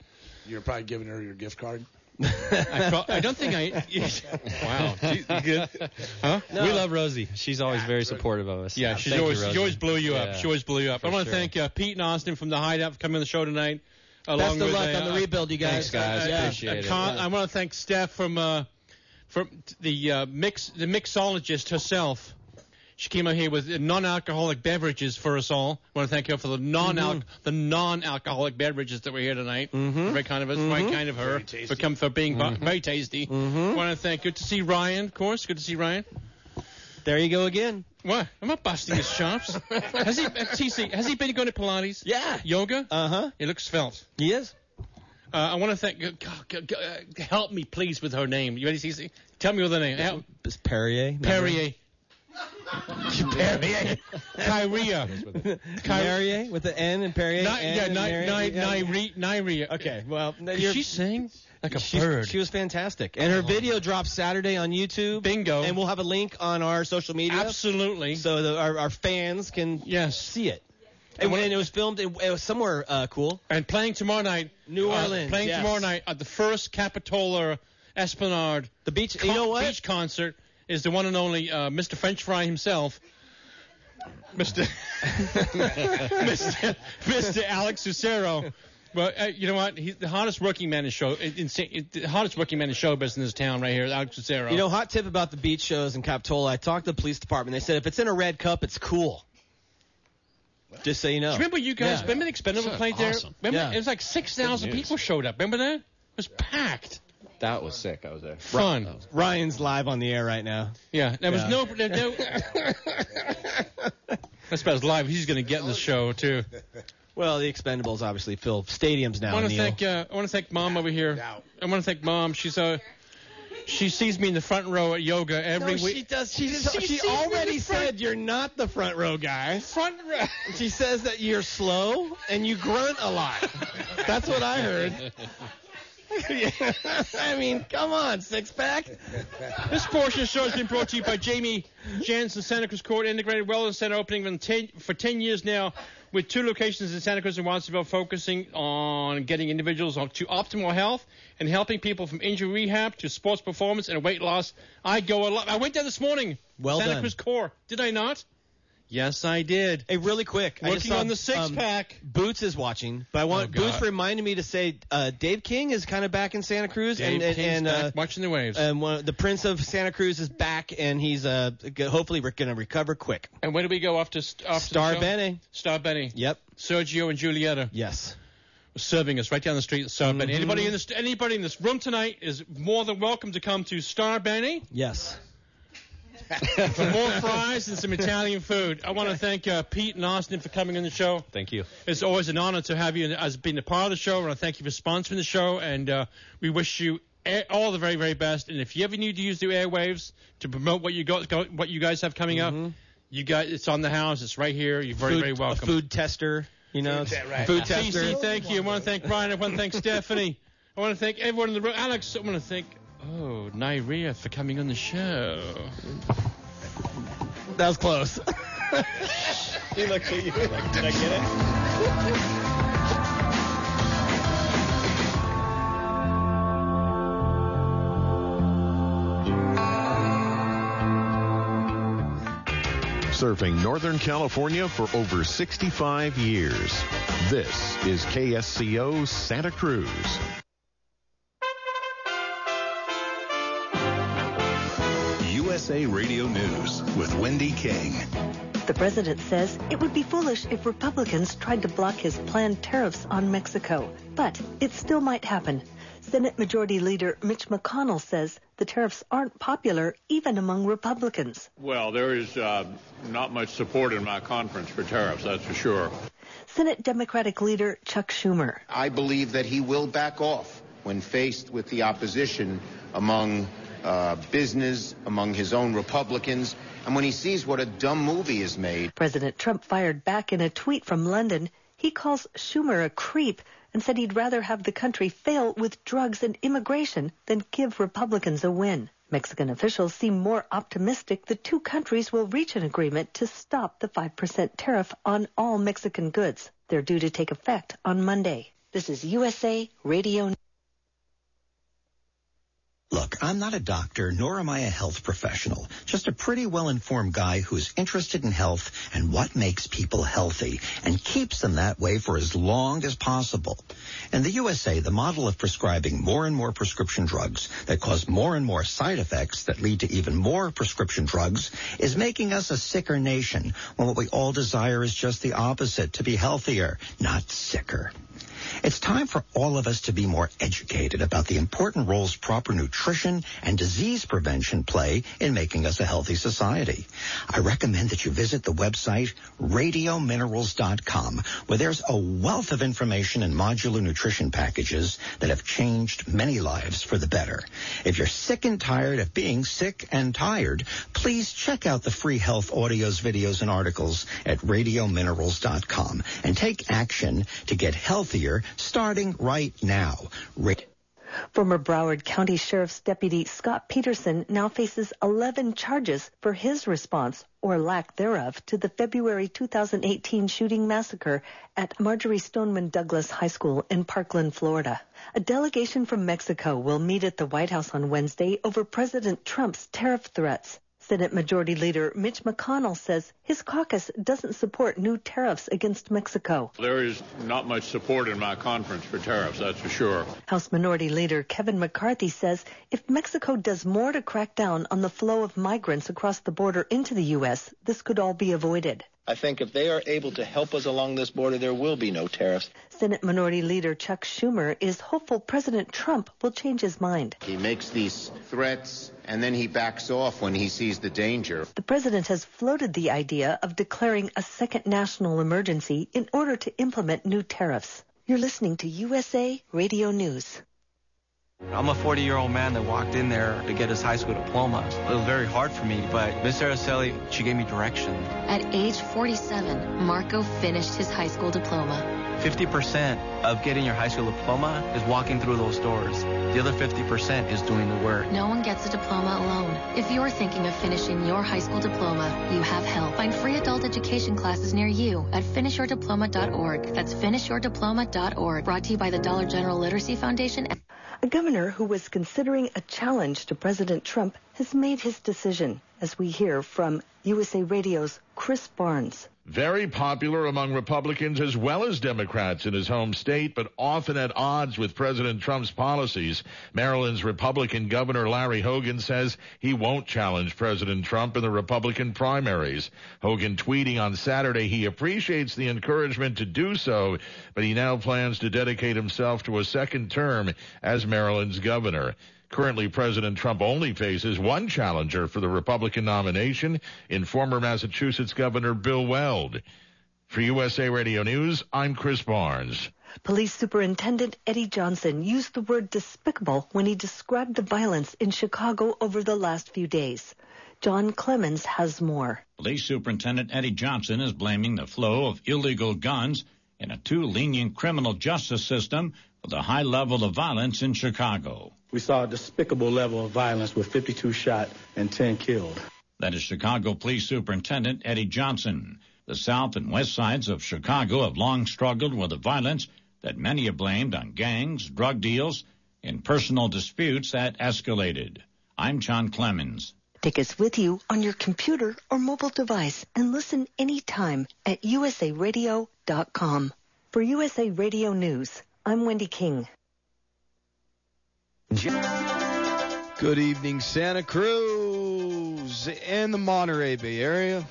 You're probably giving her your gift card.
I, pro- I don't think I. wow. Gee, you good? Huh?
We love Rosie. She's always very supportive of us.
Yeah, she's
Thank you,
always she
Rosie.
always blew you up.
Yeah.
She always blew you up.
For
I want to
sure.
thank uh, Pete and Austin from the Hideout for coming on the show tonight.
Best
along
of
with
luck
a-
on the rebuild, you
Thanks,
guys.
guys.
uh,
Appreciate
a
it.
con-
Yeah.
I want to thank Steph from uh, from t- the uh, mix the mixologist herself. She came out here with non-alcoholic beverages for us all. I want to thank her for the non-alc
Mm-hmm.
the non-alcoholic beverages that were here tonight. Very kind of us,
Mm-hmm.
very kind of her for come for being bu- very tasty. I want to thank. Good to see Ryan, of course. Good to see Ryan.
There you go again.
What? I'm not busting his chops. has he, uh, TC, has he been going to Pilates?
Yeah.
Yoga?
Uh huh.
He looks svelte.
He is.
Uh, I want to thank. g- g- g- uh, help me, please, with her name. You ready, TC? Tell me with her name. Help.
It's Perrier.
Perrier. Perrier. Kyria.
Perrier with the N and Perrier.
Ni-
N
yeah,
and Mary-
Ni-
yeah, yeah.
Ni- Nire- Nire.
Okay, well, no,
Could
you're-
she sing like a
She's-
bird. Oh.
She was fantastic. And her video drops Saturday on YouTube.
Bingo.
And we'll have a link on our social media.
Absolutely.
So the, our, our fans can
Yes.
see it. And when it was filmed, it, it was somewhere uh, cool.
And playing tomorrow night.
New
uh,
Orleans,
playing
yes.
tomorrow night at the first Capitola Esplanade.
The beach,
con-
you know what?
Beach concert is the one and only uh, Mr. French Fry himself. Mr. Mr. Mr. Alex Lucero. Well, uh, you know what? He's the hardest working man in show, in, in, the hardest working man in show business in this town right here, Alex Lucero.
You know, hot tip about the beach shows in Capitola. I talked to the police department. They said if it's in a red cup, it's cool. Just so you know.
Do you remember you guys?
Yeah.
Remember the Expendables
That's
played
awesome.
there? Remember
Yeah.
it was like six thousand
Good news.
people showed up. Remember that? It was packed.
That was sick. I was there.
Fun.
Ryan's live on the air right now.
Yeah, there was
Yeah.
no. There, there, that's about as live as he's going to get in the show too.
Well, the Expendables obviously fill stadiums
I
now.
want to
Neil.
thank. Uh, I want to thank mom over here.
Now,
I want to thank mom. She's uh, she sees me in the front row at yoga every
no,
week.
she does. She,
she
she,
sees me in
already
the front-
said you're not the front row guy.
Front row.
She says that you're slow and you grunt a lot. That's what I heard. I mean, come on, six pack.
This portion of the show has been brought to you by Jamie Jansen, Santa Cruz Court Integrated Wellness Center, opening in 10, for 10 years now, with two locations in Santa Cruz and Watsonville, focusing on getting individuals on- to optimal health and helping people from injury rehab to sports performance and weight loss. I go a lot. I went there this morning.
Well
Santa
done.
Cruz Core. Did I not? Yes, I did.
Hey, really quick. I just
Working
saw,
on the six
um,
pack.
Boots is watching, but I want
Oh, God.
Boots reminded me to say uh, Dave King is kind of back in Santa Cruz, and and,
King's
and uh,
back watching the waves.
and one, the Prince of Santa Cruz is back, and he's uh g- hopefully we're gonna recover quick.
and where do we go after, st- after
Star
the show?
Benny.
Star Benny.
Yep.
Sergio and Julieta.
Yes. Mm-hmm.
serving us right down the street at Star Benny. Anybody in this anybody in this room tonight is more than welcome to come to Star Benny
Yes.
for more fries and some Italian food. I want to thank uh, Pete and Austin for coming on the show.
Thank you.
It's always an honor to have you as being a part of the show, and I thank you for sponsoring the show. And uh, we wish you a- all the very, very best. And if you ever need to use the airwaves to promote what you got, go- what you guys have coming up, you guys, it's on the house. It's right here. You're very,
Mm-hmm. food,
very welcome.
A food tester, you know.
Food te- right.
Food tester.
TC, thank you. I want to thank Brian. I want to thank Stephanie. I want to thank everyone in the room. Alex, I want to thank, oh, Nyria for coming on the show.
That was close.
He looks at you like, did I get it?
Surfing Northern California for over 65 years. This is KSCO Santa Cruz.
USA Radio News with Wendy King.
The president says it would be foolish if Republicans tried to block his planned tariffs on Mexico, but it still might happen. Senate Majority Leader Mitch McConnell says the tariffs aren't popular even among Republicans.
Well, there is uh, not much support in my conference for tariffs, that's for sure.
Senate Democratic Leader Chuck Schumer.
I believe that he will back off when faced with the opposition among uh, business, among his own Republicans, and when he sees what a dumb movie is made.
President Trump fired back in a tweet from London. He calls Schumer a creep and said he'd rather have the country fail with drugs and immigration than give Republicans a win. Mexican officials seem more optimistic the two countries will reach an agreement to stop the 5% tariff on all Mexican goods. They're due to take effect on Monday. This is USA Radio.
Look, I'm not a doctor, nor am I a health professional. Just a pretty well-informed guy who is interested in health and what makes people healthy and keeps them that way for as long as possible. In the USA, the model of prescribing more and more prescription drugs that cause more and more side effects that lead to even more prescription drugs is making us a sicker nation when what we all desire is just the opposite, to be healthier, not sicker. It's time for all of us to be more educated about the important roles proper nutrition and disease prevention play in making us a healthy society. I recommend that you visit the website radiominerals.com where there's a wealth of information and modular nutrition packages that have changed many lives for the better. If you're sick and tired of being sick and tired, please check out the free health audios, videos, and articles at radiominerals.com and take action to get healthier starting right now. Ra-
Former Broward County Sheriff's Deputy Scott Peterson now faces 11 charges for his response or lack thereof to the February 2018 shooting massacre at Marjorie Stoneman Douglas High School in Parkland, Florida. A delegation from Mexico will meet at the White House on Wednesday over President Trump's tariff threats. Senate Majority Leader Mitch McConnell says his caucus doesn't support new tariffs against Mexico.
There is not much support in my conference for tariffs, that's for sure.
House Minority Leader Kevin McCarthy says if Mexico does more to crack down on the flow of migrants across the border into the U.S., this could all be avoided.
I think if they are able to help us along this border, there will be no tariffs.
Senate Minority Leader Chuck Schumer is hopeful President Trump will change his mind.
He makes these threats and then he backs off when he sees the danger.
The president has floated the idea of declaring a second national emergency in order to implement new tariffs. You're listening to USA Radio News.
I'm a 40 year old man that walked in there to get his high school diploma. It was very hard for me, but Miss Araceli, she gave me direction.
At age 47, Marco finished his high school diploma.
50% of getting your high school diploma is walking through those doors. The other 50% is doing the work.
No one gets a diploma alone. If you're thinking of finishing your high school diploma, you have help. Find free adult education classes near you at finishyourdiploma.org. That's finishyourdiploma.org. Brought to you by the Dollar General Literacy Foundation. and-
A governor who was considering a challenge to President Trump has made his decision, as we hear from USA Radio's Chris Barnes.
Very popular among Republicans as well as Democrats in his home state, but often at odds with President Trump's policies. Maryland's Republican Governor Larry Hogan says he won't challenge President Trump in the Republican primaries. Hogan tweeting on Saturday he appreciates the encouragement to do so, but he now plans to dedicate himself to a second term as Maryland's governor. Currently, President Trump only faces one challenger for the Republican nomination in former Massachusetts Governor Bill Weld. For USA Radio News, I'm Chris Barnes.
Police Superintendent Eddie Johnson used the word despicable when he described the violence in Chicago over the last few days. John Clemens has more.
Police Superintendent Eddie Johnson is blaming the flow of illegal guns in a too lenient criminal justice system for the high level of violence in Chicago.
We saw a despicable level of violence with 52 shot and 10 killed.
That is Chicago Police Superintendent Eddie Johnson. The south and west sides of Chicago have long struggled with the violence that many have blamed on gangs, drug deals, and personal disputes that escalated. I'm John Clemens.
Take us with you on your computer or mobile device and listen anytime at usaradio.com. For USA Radio News, I'm Wendy King.
Good evening, Santa Cruz and the Monterey Bay Area.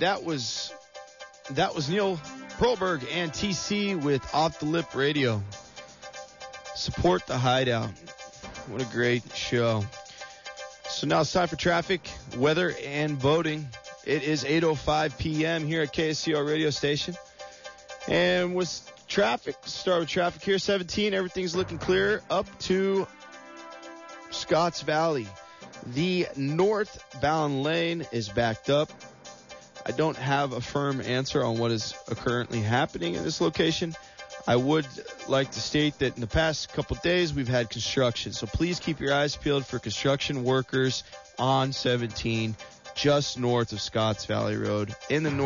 That was that was Neil Proberg and TC with Off the Lip Radio. Support the hideout. What a great show. So now it's time for traffic, weather, and boating. It is 8.05 p.m. here at KSCO radio station. And with traffic, start with traffic here, 17. Everything's looking clear up to Scotts Valley. The northbound lane is backed up. I don't have a firm answer on what is currently happening in this location. I would like to state that in the past couple days we've had construction, so please keep your eyes peeled for construction workers on 17, just north of Scotts Valley Road in the north.